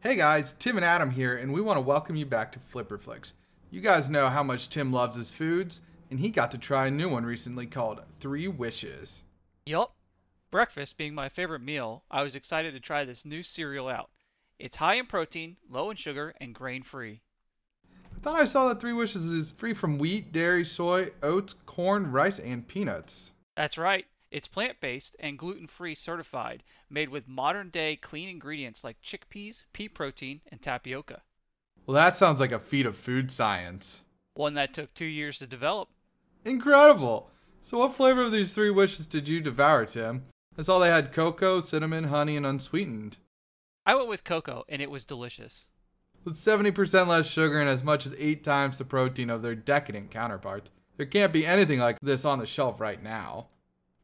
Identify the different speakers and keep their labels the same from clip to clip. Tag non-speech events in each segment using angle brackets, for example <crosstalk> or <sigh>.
Speaker 1: Hey guys, Tim and Adam here, and we want to welcome you back to Flipper Flicks. You guys know how much Tim loves his foods, and he got to try a new one recently called Three Wishes.
Speaker 2: Yup. Breakfast being my favorite meal, I was excited to try this new cereal out. It's high in protein, low in sugar, and grain free.
Speaker 1: I thought I saw that Three Wishes is free from wheat, dairy, soy, oats, corn, rice, and peanuts.
Speaker 2: That's right, it's plant based and gluten free certified, made with modern day clean ingredients like chickpeas, pea protein, and tapioca.
Speaker 1: Well, that sounds like a feat of food science.
Speaker 2: One that took two years to develop.
Speaker 1: Incredible! So, what flavor of these three wishes did you devour, Tim? I saw they had cocoa, cinnamon, honey, and unsweetened.
Speaker 2: I went with cocoa, and it was delicious.
Speaker 1: With 70% less sugar and as much as eight times the protein of their decadent counterparts, there can't be anything like this on the shelf right now.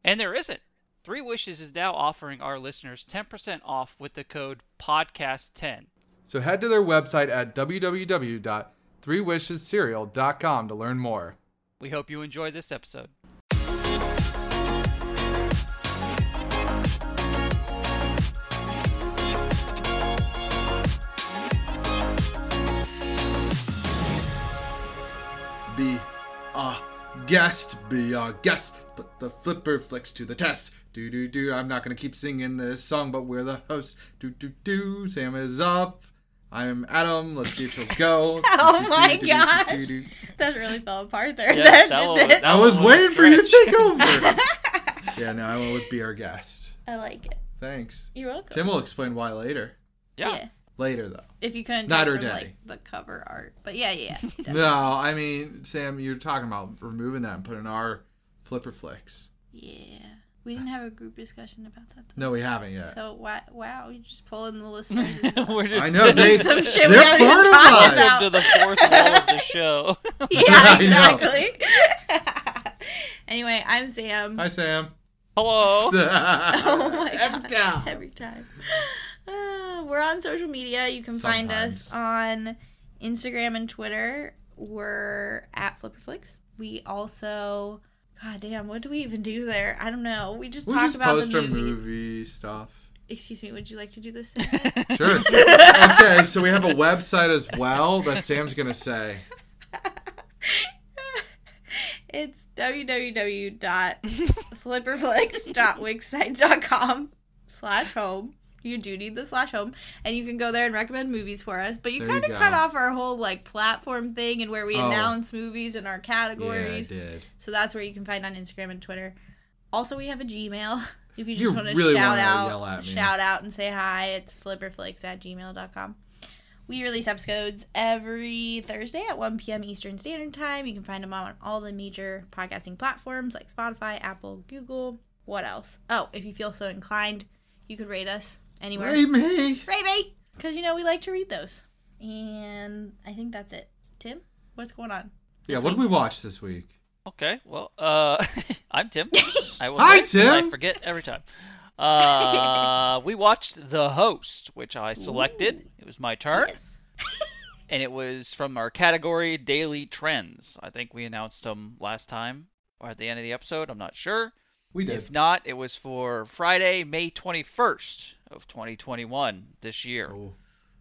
Speaker 2: And there isn't. Three Wishes is now offering our listeners 10% off with the code PODCAST10.
Speaker 1: So head to their website at www.threewishescereal.com to learn more.
Speaker 2: We hope you enjoy this episode.
Speaker 3: Be a guest, be a guest. Put the flipper flicks to the test. Do do do. I'm not gonna keep singing this song, but we're the host. Do do do. Sam is up. I'm Adam. Let's see if she'll go.
Speaker 4: <laughs> Oh
Speaker 3: Do,
Speaker 4: my
Speaker 3: do, do, do,
Speaker 4: gosh.
Speaker 3: do, do.
Speaker 4: That really fell apart there.
Speaker 2: Yeah,
Speaker 4: <laughs> That-
Speaker 2: that
Speaker 4: that-
Speaker 2: one- that-
Speaker 3: I was
Speaker 2: one
Speaker 3: waiting for you to
Speaker 2: stretch.
Speaker 3: take over.
Speaker 4: <laughs>
Speaker 3: yeah, no, I went with be our guest.
Speaker 4: I like it.
Speaker 3: Thanks.
Speaker 4: You're welcome.
Speaker 3: Tim will explain why later.
Speaker 2: Yeah.
Speaker 3: Later though.
Speaker 4: If you couldn't
Speaker 3: Night
Speaker 4: tell
Speaker 3: or
Speaker 4: from,
Speaker 3: day.
Speaker 4: like the cover art, but
Speaker 2: <laughs>
Speaker 4: yeah, yeah. yeah, definitely.
Speaker 3: No, I mean Sam, you're talking about removing that and putting our flipper flicks.
Speaker 4: yeah. We didn't have a group discussion about that. Though.
Speaker 3: No, we haven't yet.
Speaker 4: So why, wow, you're just
Speaker 2: <laughs>
Speaker 4: pulling the <laughs> listeners. in.
Speaker 2: We're just
Speaker 3: I know, they-
Speaker 4: Some shit we
Speaker 3: They're
Speaker 4: haven't
Speaker 3: part of
Speaker 4: even
Speaker 3: us.
Speaker 4: talked about.
Speaker 2: to the fourth wall of the show. <laughs>
Speaker 4: yeah,
Speaker 3: <laughs> I know.
Speaker 4: exactly. <laughs> anyway, I'm Sam.
Speaker 3: Hi,
Speaker 4: <laughs>
Speaker 3: Sam.
Speaker 2: Hello.
Speaker 4: Oh my god.
Speaker 3: F-down.
Speaker 4: Every time. Uh, we're on social media. You can find us on Instagram and Twitter. We're at Flipperflix. We also God damn, what do we even do there? I don't know. We just
Speaker 3: We
Speaker 4: talk
Speaker 3: just
Speaker 4: about
Speaker 3: post
Speaker 4: the
Speaker 3: our
Speaker 4: movie.
Speaker 3: movie stuff.
Speaker 4: Excuse me, would you like to do this? <laughs>
Speaker 3: Sure. okay, so we have a website as well that Sam's gonna say.
Speaker 4: it's www.flipperflix.wixsite.com slash home. You do need the slash home, and you can go there and recommend movies for us. But you
Speaker 3: There you
Speaker 4: kind of
Speaker 3: go.
Speaker 4: cut off our whole like platform thing and where we
Speaker 3: Oh.
Speaker 4: announce movies and our categories.
Speaker 3: Yeah, I did.
Speaker 4: so that's where you can find on Instagram and Twitter. Also, we have a Gmail. <laughs> If you just
Speaker 3: You
Speaker 4: want to
Speaker 3: really
Speaker 4: shout
Speaker 3: wanna
Speaker 4: out,
Speaker 3: yell at me.
Speaker 4: shout out and say hi, it's flipperflix at gmail.com. We release episodes every Thursday at 1 p.m. Eastern Standard Time. You can find them on all the major podcasting platforms like Spotify, Apple, Google. What else? Oh, if you feel so inclined, you could rate us anywhere.
Speaker 3: Rate me.
Speaker 4: Rate me! Because, you know, we like to read those. And I think that's it. Tim, what's going on?
Speaker 3: Yeah, what did we watch this week?
Speaker 2: <laughs> Okay, well, uh, <laughs> I'm Tim. I will
Speaker 3: Hi,
Speaker 2: forget- I
Speaker 3: Tim.
Speaker 2: forget every time. Uh, we watched The Host, which I selected. It was my turn,
Speaker 4: Yes.
Speaker 2: and it was from our category Daily Trends. I think we announced them last time or at the end of the episode. I'm not sure.
Speaker 3: We
Speaker 2: If not, it was for Friday, May 21st of 2021 this year.
Speaker 3: Oh,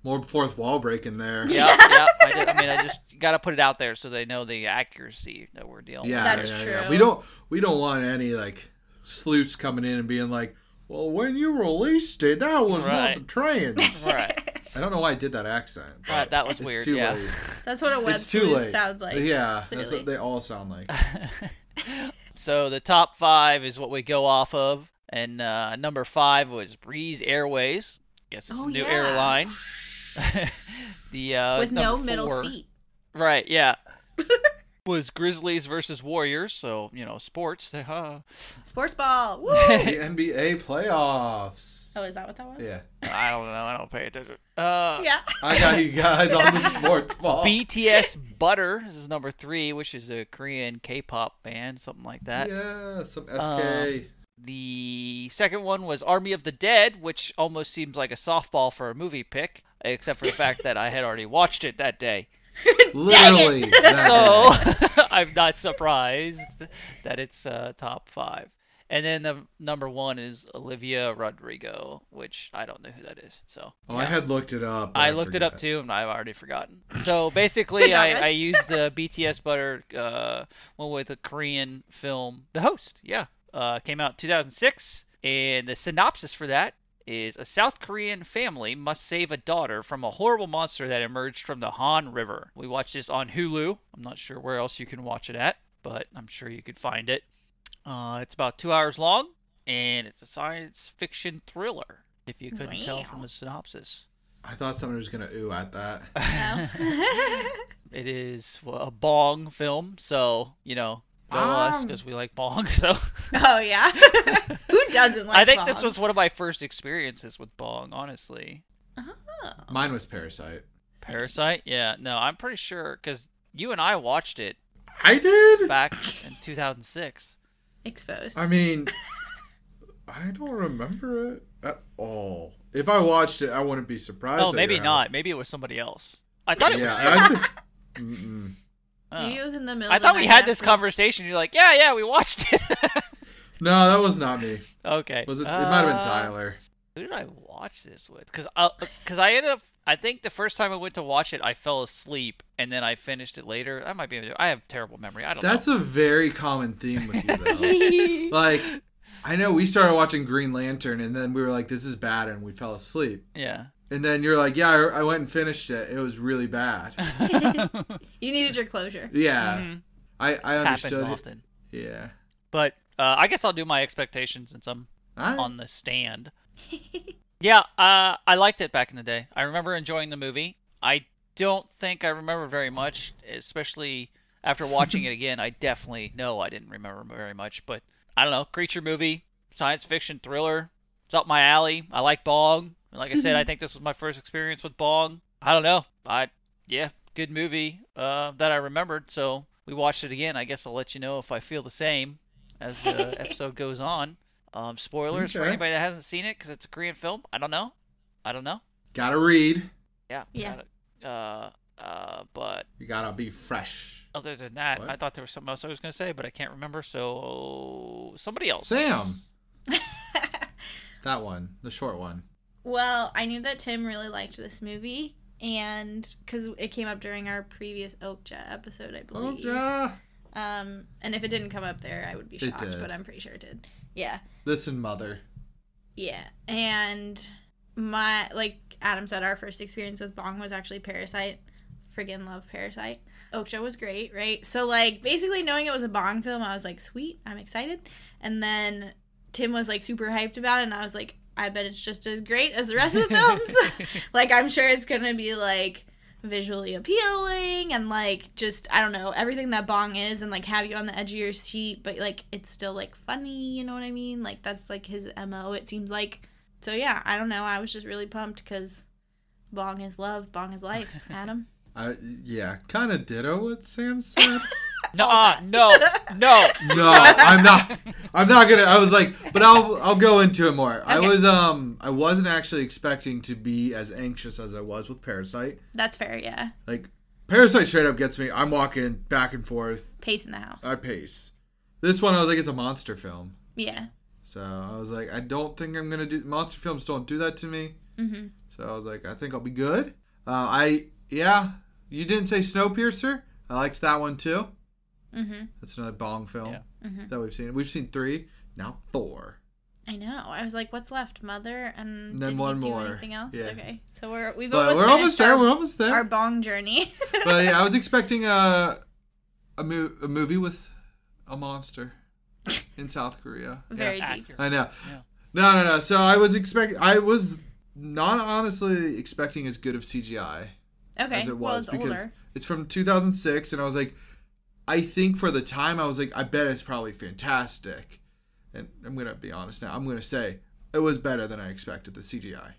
Speaker 3: more fourth wall break in there.
Speaker 2: Yeah, yeah. I, did- I mean, I just got to put it out there so they know the accuracy that we're dealing
Speaker 3: Yeah,
Speaker 2: with.
Speaker 4: That's
Speaker 3: yeah, yeah.
Speaker 4: true.
Speaker 3: We don't we don't want any like sleuths coming in and being like, Well, when you released it, that was not
Speaker 2: Right.
Speaker 3: the trends.
Speaker 2: <laughs>
Speaker 4: <laughs>
Speaker 2: Right,
Speaker 3: I don't know why I did that accent. but
Speaker 2: right. That was
Speaker 3: it's
Speaker 2: weird.
Speaker 3: too
Speaker 2: yeah.
Speaker 3: late.
Speaker 4: That's what a web
Speaker 3: It's too
Speaker 4: sleuth
Speaker 3: late.
Speaker 4: sounds like.
Speaker 3: Yeah, that's
Speaker 4: Clearly.
Speaker 3: what they all sound
Speaker 2: <laughs>
Speaker 3: like.
Speaker 2: so the top five is what we go off of, and uh, number five was Breeze Airways. Guess it's
Speaker 4: Oh,
Speaker 2: a new
Speaker 4: yeah.
Speaker 2: airline. <laughs> the uh,
Speaker 4: With no
Speaker 2: number
Speaker 4: middle
Speaker 2: four-
Speaker 4: seat.
Speaker 2: Right.
Speaker 4: <laughs>
Speaker 2: Yeah. was Grizzlies versus Warriors, so you know sports. <laughs> Huh. <laughs>
Speaker 4: Sports ball. Woo!
Speaker 3: the NBA playoffs.
Speaker 4: oh, is that what that was?
Speaker 3: Yeah.
Speaker 2: I don't know. I don't pay attention. Uh, <laughs>
Speaker 4: Yeah.
Speaker 3: I got you guys on
Speaker 4: <laughs>
Speaker 3: the sports ball.
Speaker 2: BTS Butter this is number three, which is a Korean K-pop band, something like that.
Speaker 3: Yeah, some SK.
Speaker 2: Um, The second one was Army of the Dead, which almost seems like a softball for a movie pick, except for the fact that I had already watched it that day.
Speaker 3: Literally.
Speaker 2: <laughs>
Speaker 3: that
Speaker 2: So I'm not surprised that it's uh, top five. And then the number one is Olivia Rodrigo, which I don't know who that is. So
Speaker 3: Oh, I had looked it up. but
Speaker 2: I looked it up
Speaker 3: forgot.
Speaker 2: too, and I've
Speaker 3: <laughs>
Speaker 2: already forgotten. So basically,
Speaker 4: Good job,
Speaker 2: I,
Speaker 4: guys.
Speaker 2: I used
Speaker 4: <laughs>
Speaker 2: the BTS Butter uh, one with a Korean film, The Host. Yeah, uh, came out in 2006, and the synopsis for that is a South Korean family must save a daughter from a horrible monster that emerged from the Han River. We watched this on Hulu. I'm not sure where else you can watch it at, but I'm sure you could find it. Uh, it's about two hours long, and it's a science fiction thriller. If you couldn't tell from
Speaker 4: Wow.
Speaker 2: the synopsis.
Speaker 3: I thought someone was gonna ooh at
Speaker 2: <laughs>
Speaker 3: that.
Speaker 4: No.
Speaker 2: It is well, a bong film, so you know, go us
Speaker 3: Bong.
Speaker 2: because we like bong. <laughs> So
Speaker 4: <laughs> oh yeah. <laughs> Who doesn't like?
Speaker 2: I think this
Speaker 4: Bong?
Speaker 2: was one of my first experiences with bong. Honestly,
Speaker 4: Oh.
Speaker 3: Mine was Parasite.
Speaker 2: Parasite. Yeah, no, I'm pretty sure because you and I watched it
Speaker 3: I did.
Speaker 2: back in 2006.
Speaker 4: Exposed.
Speaker 3: I
Speaker 2: <laughs>
Speaker 3: mean, I don't remember it at all. If I watched it, I wouldn't be surprised.
Speaker 2: Oh,
Speaker 3: at
Speaker 2: maybe
Speaker 3: your
Speaker 2: not.
Speaker 3: house.
Speaker 2: Maybe it was somebody else. I thought it was. you.
Speaker 3: Yeah.
Speaker 2: <laughs>
Speaker 3: I think- Mm-mm.
Speaker 2: Oh.
Speaker 4: Maybe it was in the middle.
Speaker 2: I
Speaker 4: of the
Speaker 2: thought we
Speaker 4: night
Speaker 2: had this <laughs>
Speaker 4: <laughs> after-
Speaker 2: conversation. You're like, yeah, yeah, we watched it. <laughs>
Speaker 3: No, that was not me.
Speaker 2: okay.
Speaker 3: Was it? It might have been
Speaker 2: Uh,
Speaker 3: Tyler.
Speaker 2: Who did I watch this with? Cause I, cause I ended up. I think the first time I went to watch it, I fell asleep, and then I finished it later. I might be. I have terrible memory. I don't
Speaker 3: That's
Speaker 2: know.
Speaker 3: a very common theme with you,
Speaker 2: <laughs>
Speaker 3: though. like, I know we started watching Green Lantern, and then we were like, "This is bad," and we fell asleep.
Speaker 2: yeah.
Speaker 3: And then you're like, "Yeah, I, I went and finished it. It was really
Speaker 2: <laughs>
Speaker 3: bad."
Speaker 4: you needed your closure.
Speaker 3: Yeah,
Speaker 2: Mhm.
Speaker 3: I I
Speaker 2: Happens
Speaker 3: understood. it.
Speaker 2: often.
Speaker 3: Yeah,
Speaker 2: But uh, I guess I'll do my expectations since I'm
Speaker 3: I,
Speaker 2: on the stand. yeah, uh, I liked it back in the day. I remember enjoying the movie. I don't think I remember very much, especially after watching it again. I definitely know I didn't remember very much, but I don't know. Creature movie, science fiction thriller. It's up my alley. I like Bong. Like I said, I think this was my first experience with Bong. I don't know. I yeah, good movie uh, that I remembered. So we watched it again. I guess I'll let you know if I feel the same as the episode goes on. Um, spoilers for
Speaker 3: Okay.
Speaker 2: anybody that hasn't seen it because it's a Korean film. I don't know. I don't know.
Speaker 3: gotta read.
Speaker 2: Yeah.
Speaker 4: Yeah.
Speaker 2: got it. Uh, uh, but
Speaker 3: You gotta be fresh.
Speaker 2: other than that,
Speaker 3: What?
Speaker 2: I thought there was something else I was gonna say, but I can't remember. So somebody else.
Speaker 3: Sam. That one, the short one.
Speaker 4: Well, I knew that Tim really liked this movie, and because it came up during our previous Oakja episode, I
Speaker 3: Oh,
Speaker 4: believe.
Speaker 3: Oja.
Speaker 4: Um, and if it didn't come up there, I would be
Speaker 3: It
Speaker 4: shocked,
Speaker 3: did.
Speaker 4: but I'm pretty sure it did. Yeah,
Speaker 3: Listen, mother.
Speaker 4: yeah. And my like Adam said, our first experience with Bong was actually Parasite. Friggin' love Parasite. Oakja was great, right? So like basically knowing it was a Bong film, I was like, sweet, I'm excited. And then Tim was like super hyped about it, and I was like, I bet it's just as great as the rest of the films. <laughs> like i'm sure it's gonna be like visually appealing and like just i don't know everything that bong is and like have you on the edge of your seat but like it's still like funny you know what i mean like that's like his mo it seems like so yeah i don't know i was just really pumped because bong is love bong is life adam
Speaker 3: I yeah, kind of ditto what Sam said.
Speaker 2: No, no,
Speaker 4: <laughs>
Speaker 2: no.
Speaker 3: no, I'm not. I'm not gonna. I was like, but I'll I'll go into it more. I
Speaker 4: Okay.
Speaker 3: was um I wasn't actually expecting to be as anxious as I was with Parasite.
Speaker 4: that's fair yeah
Speaker 3: Like Parasite straight up gets me. I'm walking back and forth.
Speaker 4: pace in the house
Speaker 3: I pace. This one I was like, it's a monster film.
Speaker 4: yeah
Speaker 3: So I was like, I don't think I'm gonna do monster films. Don't do that to me.
Speaker 4: mm-hmm
Speaker 3: So I was like, I think I'll be good. Uh, I yeah, you didn't say Snowpiercer. I liked that one too.
Speaker 4: mm-hmm
Speaker 3: That's another Bong film
Speaker 2: Yeah.
Speaker 4: Mhm.
Speaker 3: that we've seen. We've seen three now, four.
Speaker 4: I know. I was like, "What's left, mother?" And
Speaker 3: Then
Speaker 4: did
Speaker 3: one
Speaker 4: he do
Speaker 3: more.
Speaker 4: anything else?
Speaker 3: Yeah.
Speaker 4: Okay, so we're we've
Speaker 3: But
Speaker 4: almost
Speaker 3: we're almost
Speaker 4: finished
Speaker 3: there.
Speaker 4: our-
Speaker 3: We're almost
Speaker 4: our
Speaker 3: there.
Speaker 4: bong journey. <laughs>
Speaker 3: but yeah, I was expecting a a, mo- a movie with a monster in South Korea.
Speaker 4: Very
Speaker 2: Yeah.
Speaker 4: deep.
Speaker 2: Accurate.
Speaker 3: I know.
Speaker 2: Yeah.
Speaker 3: No, no, no. So I was expect. I was not honestly expecting as good of CGI.
Speaker 4: Okay.
Speaker 3: as it
Speaker 4: well,
Speaker 3: was
Speaker 4: it's
Speaker 3: because
Speaker 4: older.
Speaker 3: it's from 2006 and i was like i think for the time i was like i bet it's probably fantastic and i'm gonna be honest now i'm gonna say it was better than i expected the cgi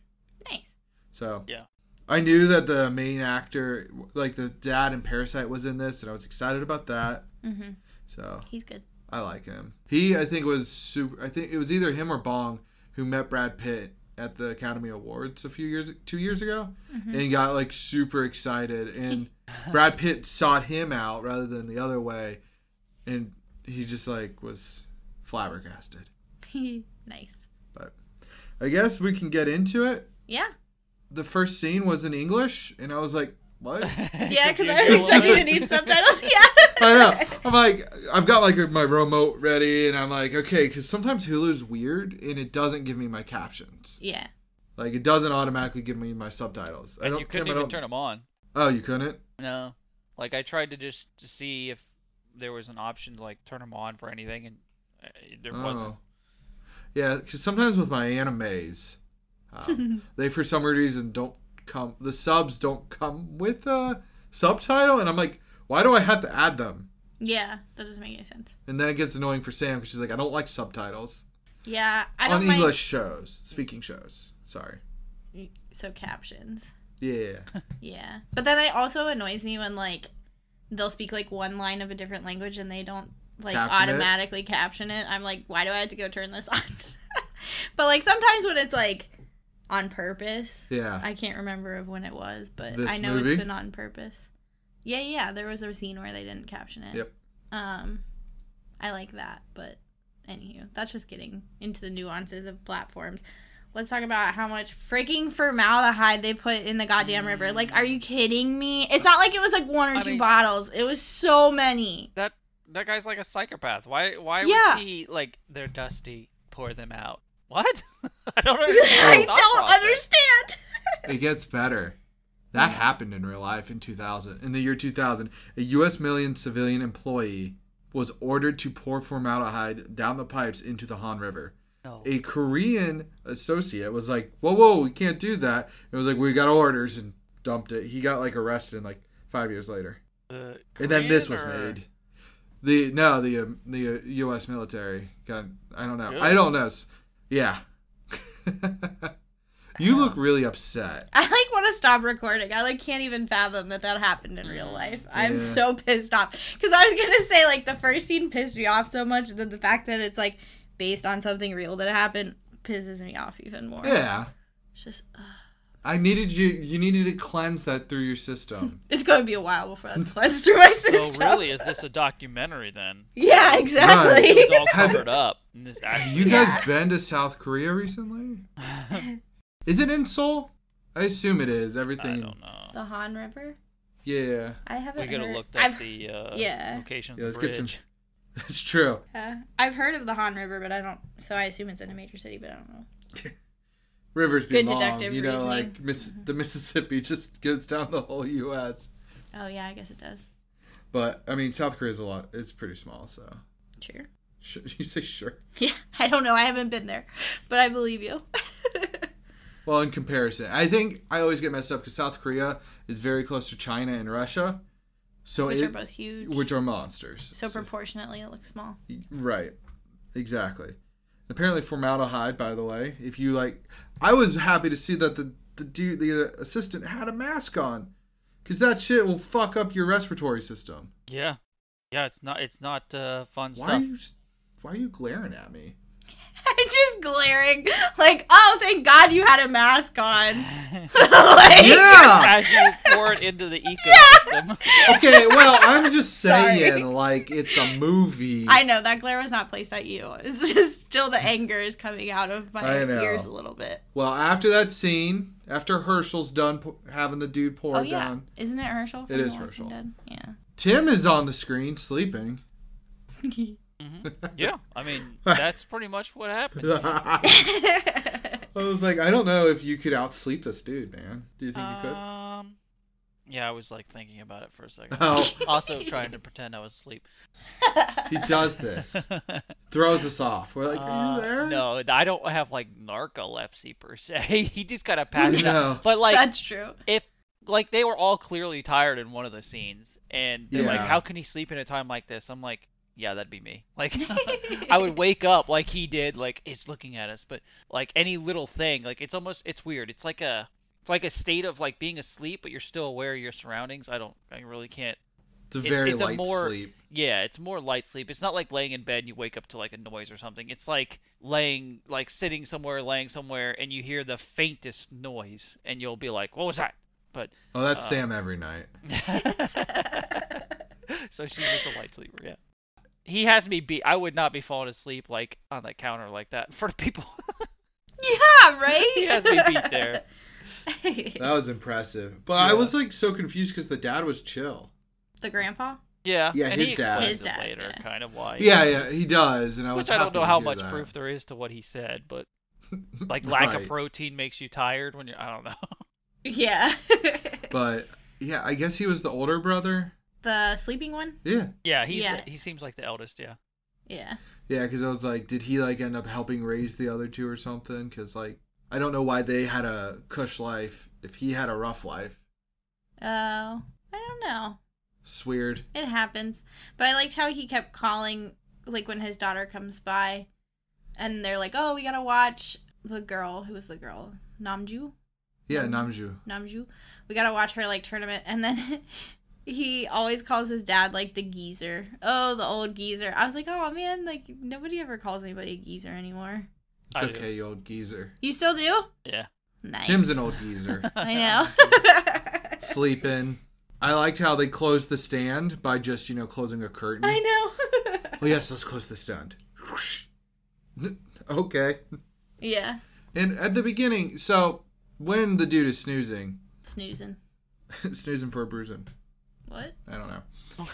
Speaker 4: Nice.
Speaker 3: so
Speaker 2: Yeah.
Speaker 3: i knew that the main actor like the dad in parasite was in this and i was excited about that
Speaker 4: Mm-hmm.
Speaker 3: so
Speaker 4: He's good. <laughs>
Speaker 3: i like him he i think was super i think it was either him or bong who met brad pitt at the academy awards a few years two years ago and got like super excited and Brad Pitt sought him out rather than the other way and he just like was flabbergasted.
Speaker 4: nice.
Speaker 3: I guess we can get into it.
Speaker 4: Yeah.
Speaker 3: The first scene was in English, and I was like,
Speaker 2: <laughs>
Speaker 3: what?
Speaker 4: Yeah, because I was expecting to need subtitles. <laughs> Yeah.
Speaker 3: I know. I'm like, I've got like my remote ready, and I'm like, okay, because sometimes Hulu's weird, and it doesn't give me my captions.
Speaker 4: Yeah.
Speaker 3: Like, it doesn't automatically give me my subtitles. <laughs> I
Speaker 2: And
Speaker 3: don't.
Speaker 2: you couldn't
Speaker 3: Tim, I
Speaker 2: even
Speaker 3: don't-
Speaker 2: turn them on.
Speaker 3: Oh, you couldn't.
Speaker 2: No. Like I tried to just to see if there was an option to like turn them on for anything, and uh, there wasn't.
Speaker 3: Oh. Yeah, because sometimes with my animes,
Speaker 4: <laughs>
Speaker 3: um, they for some reason don't come. The subs don't come with a subtitle, and I'm like, why do I have to add them?
Speaker 4: Yeah. That doesn't make any sense.
Speaker 3: And then it gets annoying for Sam because she's like, I don't like subtitles
Speaker 4: Yeah. I
Speaker 3: on
Speaker 4: don't mind.
Speaker 3: English shows, speaking shows. Sorry.
Speaker 4: So captions.
Speaker 3: Yeah.
Speaker 4: <laughs> Yeah. But then it also annoys me when like they'll speak like one line of a different language and they don't like
Speaker 3: Caption it?
Speaker 4: automatically caption it. I'm like, why do I have to go turn this on? <laughs> but like sometimes when it's like on purpose,
Speaker 3: Yeah.
Speaker 4: I can't remember of when it was, but
Speaker 3: This
Speaker 4: I know
Speaker 3: movie?
Speaker 4: it's been on purpose. Yeah, yeah, there was a scene where they didn't caption it.
Speaker 3: Yep.
Speaker 4: Um I like that, but anywho, that's just getting into the nuances of platforms. Let's talk about how much freaking formaldehyde they put in the goddamn
Speaker 3: Mm.
Speaker 4: river. Like, are you kidding me? It's not like it was like one or
Speaker 2: I
Speaker 4: two
Speaker 2: mean-
Speaker 4: bottles. It was so many. <laughs>
Speaker 2: That that guy's like a psychopath. Why why
Speaker 4: Yeah.
Speaker 2: would he like they're dusty? Pour them out. What? <laughs> I don't understand.
Speaker 4: <laughs> I
Speaker 2: his thought
Speaker 4: don't
Speaker 2: process.
Speaker 4: understand.
Speaker 3: It gets better. That happened in real life in 2000. In the year 2000, a U.S. million civilian employee was ordered to pour formaldehyde down the pipes into the Han River.
Speaker 2: No.
Speaker 3: A Korean associate was like, "Whoa, whoa, we can't do that." It was like, "We got orders," and dumped it. He got like arrested like five years later.
Speaker 2: The
Speaker 3: And then this was
Speaker 2: Korean or- <laughs>
Speaker 3: made. The no, the um, the uh, U.S. military got. I don't know.
Speaker 2: Good.
Speaker 3: I don't know. It's- Yeah. <laughs> you look really upset.
Speaker 4: I like want to stop recording. I like can't even fathom that that happened in real life. I'm
Speaker 3: Mm, Yeah.
Speaker 4: so pissed off because I was gonna say like the first scene pissed me off so much that the fact that it's like based on something real that happened pisses me off even more.
Speaker 3: Yeah.
Speaker 4: it's just uh, ugh.
Speaker 3: I needed you. You needed to cleanse that through your
Speaker 4: <laughs>
Speaker 3: system.
Speaker 4: it's gonna be a while before that's cleansed through my
Speaker 2: <laughs> Well,
Speaker 4: system.
Speaker 2: Oh, really, is this a documentary then?
Speaker 4: <laughs> Yeah, exactly.
Speaker 2: It was all
Speaker 3: Has-
Speaker 2: covered up. And this
Speaker 3: Have
Speaker 2: actually, <laughs>
Speaker 3: you
Speaker 4: Yeah.
Speaker 3: guys been to South Korea recently? Is it in Seoul? I assume it is. Everything.
Speaker 2: I don't know.
Speaker 4: <laughs> the Han River.
Speaker 3: Yeah, <laughs>
Speaker 4: I haven't.
Speaker 2: We could have
Speaker 4: heard-
Speaker 2: looked up
Speaker 4: I've-
Speaker 2: the uh,
Speaker 4: yeah.
Speaker 2: location of
Speaker 3: Yeah,
Speaker 2: the
Speaker 3: let's get some-
Speaker 2: bridge.
Speaker 3: that's true.
Speaker 4: Yeah, uh, I've heard of the Han River, but I don't. So I assume it's in a major city, but I don't know.
Speaker 3: Rivers be
Speaker 4: Good
Speaker 3: long.
Speaker 4: deductive
Speaker 3: you know,
Speaker 4: reasoning. Mm-hmm.
Speaker 3: like miss, the Mississippi <laughs> just goes down the whole U.S.
Speaker 4: Oh yeah, I guess it does.
Speaker 3: But I mean, South Korea's a lot. It's pretty small. So <laughs>
Speaker 4: Sure. <laughs>
Speaker 3: Sh- you say sure.
Speaker 4: Yeah, I don't know. I haven't been there, but I believe you. <laughs>
Speaker 3: Well, in comparison, I think I always get messed up because South Korea is very close to China and Russia, so
Speaker 4: Which
Speaker 3: it,
Speaker 4: are both huge.
Speaker 3: which are monsters.
Speaker 4: so proportionately, it looks small. <laughs>
Speaker 3: Right. Exactly. Apparently formaldehyde, by the way. If you like I was happy to see that the the dude the uh, assistant had a mask on cuz that shit will fuck up your respiratory system.
Speaker 2: Yeah, yeah. It's not. It's not uh, fun
Speaker 3: Why
Speaker 2: stuff.
Speaker 3: are you s- why are you glaring at me?
Speaker 4: <laughs> I'm just glaring, like, oh, thank God you had a mask on. <laughs>
Speaker 2: <laughs>
Speaker 4: like,
Speaker 3: Yeah.
Speaker 2: As you pour it into
Speaker 4: <laughs>
Speaker 2: the ecosystem. <laughs>
Speaker 3: Okay, well, I'm just
Speaker 4: Sorry.
Speaker 3: saying like it's a movie.
Speaker 4: I know that glare was not placed at you. <laughs> It's just still the anger is coming out of my
Speaker 3: I know.
Speaker 4: ears a little bit.
Speaker 3: well, after that scene, after Herschel's done po- having the dude pour
Speaker 4: oh
Speaker 3: it
Speaker 4: yeah,
Speaker 3: down,
Speaker 4: isn't it Herschel? from
Speaker 3: It is
Speaker 4: The Walking
Speaker 3: Herschel.
Speaker 4: Dead? <laughs>
Speaker 3: Tim is on the screen sleeping. <laughs>
Speaker 2: Mm-hmm. Yeah, I mean that's pretty much what happened.
Speaker 4: Yeah.
Speaker 3: I was like, I don't know if you could outsleep this dude, man. Do you think you could?
Speaker 2: Um, yeah, I was like thinking about it for a second.
Speaker 3: <laughs> Oh,
Speaker 2: Also trying to pretend I was asleep. <laughs>
Speaker 3: he does this. Throws us off. <laughs> We're like, are you
Speaker 2: Uh,
Speaker 3: there?
Speaker 2: No, I don't have like narcolepsy per se. <laughs> he just got a pass it
Speaker 3: No.
Speaker 2: out. But <laughs> like
Speaker 4: That's true.
Speaker 2: if like they were all clearly tired in one of the scenes and they're like
Speaker 3: Yeah.
Speaker 2: how can he sleep in a time like this i'm like yeah that'd be me <laughs> like <laughs> i would wake up like he did like it's looking at us but like any little thing like it's almost it's weird it's like a it's like a state of like being asleep but you're still aware of your surroundings i don't i really can't
Speaker 3: It's a
Speaker 2: it's-
Speaker 3: very
Speaker 2: it's a
Speaker 3: light
Speaker 2: more-
Speaker 3: sleep.
Speaker 2: yeah it's more light sleep it's not like laying in bed and you wake up to like a noise or something it's like laying like sitting somewhere laying somewhere and you hear the faintest noise and you'll be like what was that but <laughs>
Speaker 3: Oh, that's
Speaker 2: uh,
Speaker 3: Sam every night.
Speaker 2: so she's just a light sleeper, yeah. he has me beat. I would not be falling asleep like on the counter like that in front of people.
Speaker 4: <laughs>
Speaker 2: <laughs>
Speaker 4: Yeah, right?
Speaker 2: he has me beat there.
Speaker 4: <laughs>
Speaker 3: That was impressive. But I
Speaker 2: Yeah.
Speaker 3: was like so confused because the dad was chill.
Speaker 4: the grandpa?
Speaker 2: Yeah.
Speaker 3: Yeah,
Speaker 2: and
Speaker 3: his
Speaker 2: he
Speaker 3: dad.
Speaker 2: explains
Speaker 4: His
Speaker 2: it
Speaker 4: dad,
Speaker 2: later,
Speaker 4: yeah.
Speaker 2: kind of why.
Speaker 3: Yeah, yeah, he does. And I was
Speaker 2: Which I don't
Speaker 3: happy
Speaker 2: know
Speaker 3: to
Speaker 2: how
Speaker 3: hear
Speaker 2: much
Speaker 3: that. <laughs>
Speaker 2: proof there is to what he said, but like lack
Speaker 3: Right.
Speaker 2: of protein makes you tired when you're. I don't know. <laughs>
Speaker 4: Yeah. <laughs>
Speaker 3: But yeah, I guess he was the older brother.
Speaker 4: the sleeping one?
Speaker 3: Yeah.
Speaker 2: yeah, he's
Speaker 4: Yeah.
Speaker 2: The, he seems like the eldest. Yeah.
Speaker 4: Yeah.
Speaker 3: Yeah, because I was like, did he like end up helping raise the other two or something? Because like, I don't know why they had a cush life if he had a rough life.
Speaker 4: Oh, I don't know.
Speaker 3: It's weird.
Speaker 4: It happens. But I liked how he kept calling, like when his daughter comes by, and they're like, "Oh, we gotta watch the girl. Who was the girl? Namju.
Speaker 3: Yeah, Namju.
Speaker 4: Namju. We gotta watch her like tournament." And then <laughs> he always calls his dad like the geezer. Oh, the old geezer. I was like, "Oh man, like nobody ever calls anybody a geezer anymore."
Speaker 3: It's
Speaker 2: I do.
Speaker 3: okay, you old geezer.
Speaker 4: You still do?
Speaker 2: Yeah.
Speaker 4: Nice.
Speaker 3: Tim's <laughs> an old
Speaker 4: <laughs>
Speaker 3: geezer. <laughs>
Speaker 4: I know.
Speaker 3: Sleeping. I liked how they closed the stand by just you know closing a curtain.
Speaker 4: I know. <laughs>
Speaker 3: Oh yes, let's close the stand. <laughs> Whoosh. okay.
Speaker 4: yeah.
Speaker 3: And at the beginning, so when the dude is snoozing, <laughs>
Speaker 4: Snoozing.
Speaker 3: snoozing for a bruising.
Speaker 4: What?
Speaker 3: I don't know.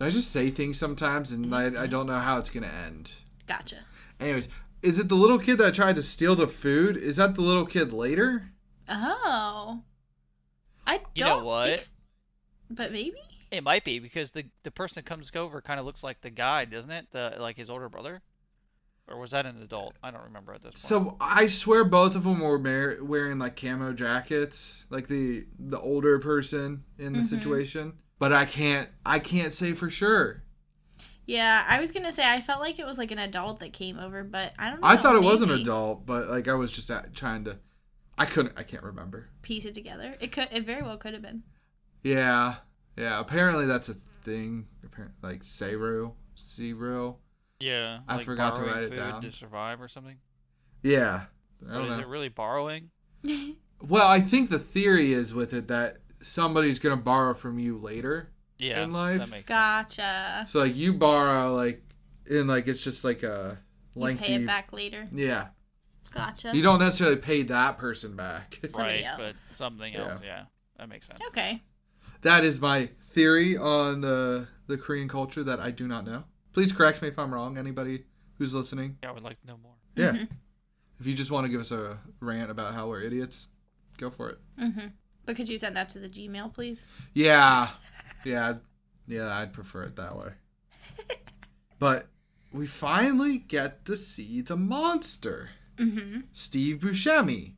Speaker 3: I just say things sometimes, and I, I
Speaker 4: Mm-hmm.
Speaker 3: don't know how it's gonna end.
Speaker 4: Gotcha.
Speaker 3: Anyways, is it the little kid that tried to steal the food? Is that the little kid later?
Speaker 4: Oh. I don't
Speaker 2: You know what?
Speaker 4: think s- but maybe?
Speaker 2: <laughs> It might be because the the person that comes over kind of looks like the guy, doesn't it? The like his older brother, or was that an adult? I don't remember at this point.
Speaker 3: So I swear both of them were mar- wearing like camo jackets, like the the older person in the
Speaker 4: Mhm.
Speaker 3: situation. But I can't I can't say for sure.
Speaker 4: Yeah, I was gonna say I felt like it was like an adult that came over, but I don't know.
Speaker 3: I thought it was an
Speaker 4: maybe
Speaker 3: adult, but like I was just at, trying to. I couldn't. I can't remember.
Speaker 4: Piece it together. It could it very well could have been. <laughs>
Speaker 3: Yeah, yeah. Apparently that's a thing. Apparently, like Seru, Seru.
Speaker 2: yeah,
Speaker 3: I
Speaker 2: like
Speaker 3: forgot to
Speaker 2: borrowing
Speaker 3: write it
Speaker 2: food
Speaker 3: down.
Speaker 2: to survive or something.
Speaker 3: Yeah. I
Speaker 2: But
Speaker 3: don't
Speaker 2: is
Speaker 3: know.
Speaker 2: it really borrowing?
Speaker 3: Well, I think the theory is with it that somebody's gonna borrow from you later.
Speaker 2: Yeah,
Speaker 3: In life?
Speaker 2: that makes sense.
Speaker 4: Gotcha.
Speaker 3: So like you borrow like, and like it's just like a lengthy.
Speaker 4: You pay it back later.
Speaker 3: Yeah,
Speaker 4: Gotcha.
Speaker 3: you don't necessarily pay that person back. <laughs>
Speaker 4: somebody
Speaker 2: right, but
Speaker 4: else.
Speaker 2: something
Speaker 3: Yeah.
Speaker 2: else. Yeah, that makes sense.
Speaker 4: Okay.
Speaker 3: that is my theory on the the Korean culture that I do not know. Please correct me if I'm wrong. Anybody who's listening,
Speaker 2: Yeah, I would like to know more.
Speaker 4: <laughs>
Speaker 3: yeah.
Speaker 4: Mm-hmm.
Speaker 3: If you just want to give us a rant about how we're idiots, go for it.
Speaker 4: Mm-hmm. But could you send that to the Gmail, please?
Speaker 3: Yeah. Yeah. Yeah, I'd prefer it that
Speaker 4: <laughs>
Speaker 3: way. But we finally get to see the monster.
Speaker 4: Mm-hmm.
Speaker 3: Steve Buscemi.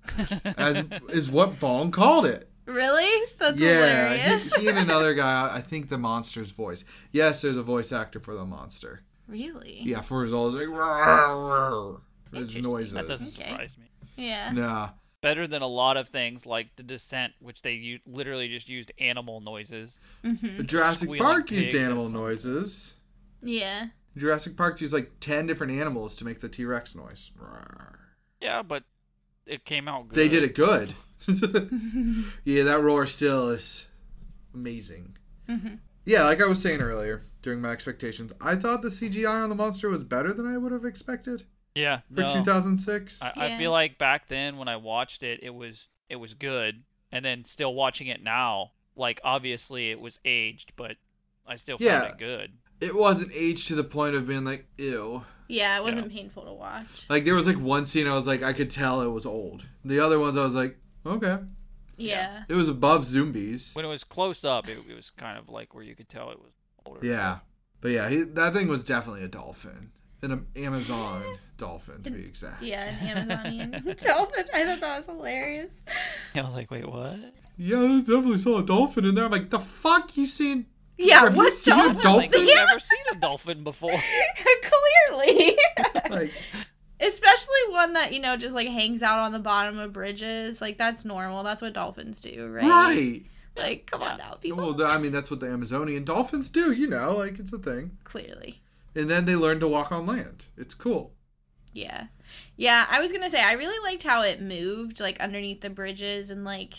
Speaker 2: <laughs>
Speaker 3: As is what Bong called it.
Speaker 4: Really? That's
Speaker 3: yeah.
Speaker 4: hilarious.
Speaker 3: He, he and another guy, I think the monster's voice. Yes, there's a voice actor for the monster.
Speaker 4: <laughs> really?
Speaker 3: Yeah, for his all like "Rawr, rawr," his
Speaker 4: Interesting.
Speaker 3: noises.
Speaker 2: That doesn't
Speaker 4: Okay.
Speaker 2: surprise me.
Speaker 4: Yeah.
Speaker 3: Nah.
Speaker 2: Better than a lot of things like The Descent, which they u- literally just used animal noises.
Speaker 4: Mm-hmm.
Speaker 3: Jurassic
Speaker 2: Squealing
Speaker 3: Park used
Speaker 2: pigs and
Speaker 3: animal
Speaker 2: something.
Speaker 3: noises.
Speaker 4: Yeah.
Speaker 3: Jurassic Park used like ten different animals to make the T Rex noise. Rawr.
Speaker 2: Yeah, but it came out good. <laughs>
Speaker 3: They did it good. yeah, that roar still is amazing.
Speaker 2: Mm-hmm.
Speaker 4: Mhm.
Speaker 3: Yeah, like I was saying earlier during my expectations, I thought the CGI on the monster was better than I would have expected
Speaker 2: Yeah,
Speaker 3: for
Speaker 2: no.
Speaker 3: 2006.
Speaker 2: I,
Speaker 4: Yeah.
Speaker 2: I feel like back then when I watched it, it was it was good, and then still watching it now, like obviously it was aged, but I still
Speaker 3: Yeah.
Speaker 2: found it good.
Speaker 3: It wasn't aged to the point of being like ew.
Speaker 4: Yeah, it wasn't painful to watch.
Speaker 3: Like there was like one scene I was like I could tell it was old. The other ones I was like okay,
Speaker 4: Yeah.
Speaker 3: it was above zombies.
Speaker 2: When it was close up, it, it was kind of like where you could tell it was older.
Speaker 3: Yeah, but yeah, he, that thing was definitely a dolphin, an Amazon dolphin to be exact.
Speaker 4: Yeah, an <laughs> Amazonian dolphin. I thought that was hilarious.
Speaker 2: <laughs> I was like, wait, what?
Speaker 3: Yeah, I definitely saw a dolphin in there. I'm like, the fuck you seen?
Speaker 4: Yeah,
Speaker 3: Have you
Speaker 4: what's
Speaker 3: seen a
Speaker 4: dolphin?
Speaker 2: Like
Speaker 3: dolphin?
Speaker 4: <laughs>
Speaker 2: I've never seen a dolphin before. <laughs>
Speaker 4: Clearly.
Speaker 3: <laughs> Like,
Speaker 4: <laughs> Especially one that, you know, just like hangs out on the bottom of bridges. Like that's normal. That's what dolphins do, right?
Speaker 3: right.
Speaker 4: Like, come on
Speaker 2: Yeah.
Speaker 4: now, people.
Speaker 3: Well, I mean, that's what the Amazonian dolphins do, you know, like it's a thing.
Speaker 4: Clearly.
Speaker 3: And then they learn to walk on land. It's cool.
Speaker 4: Yeah. Yeah, I was gonna say I really liked how it moved, like underneath the bridges and like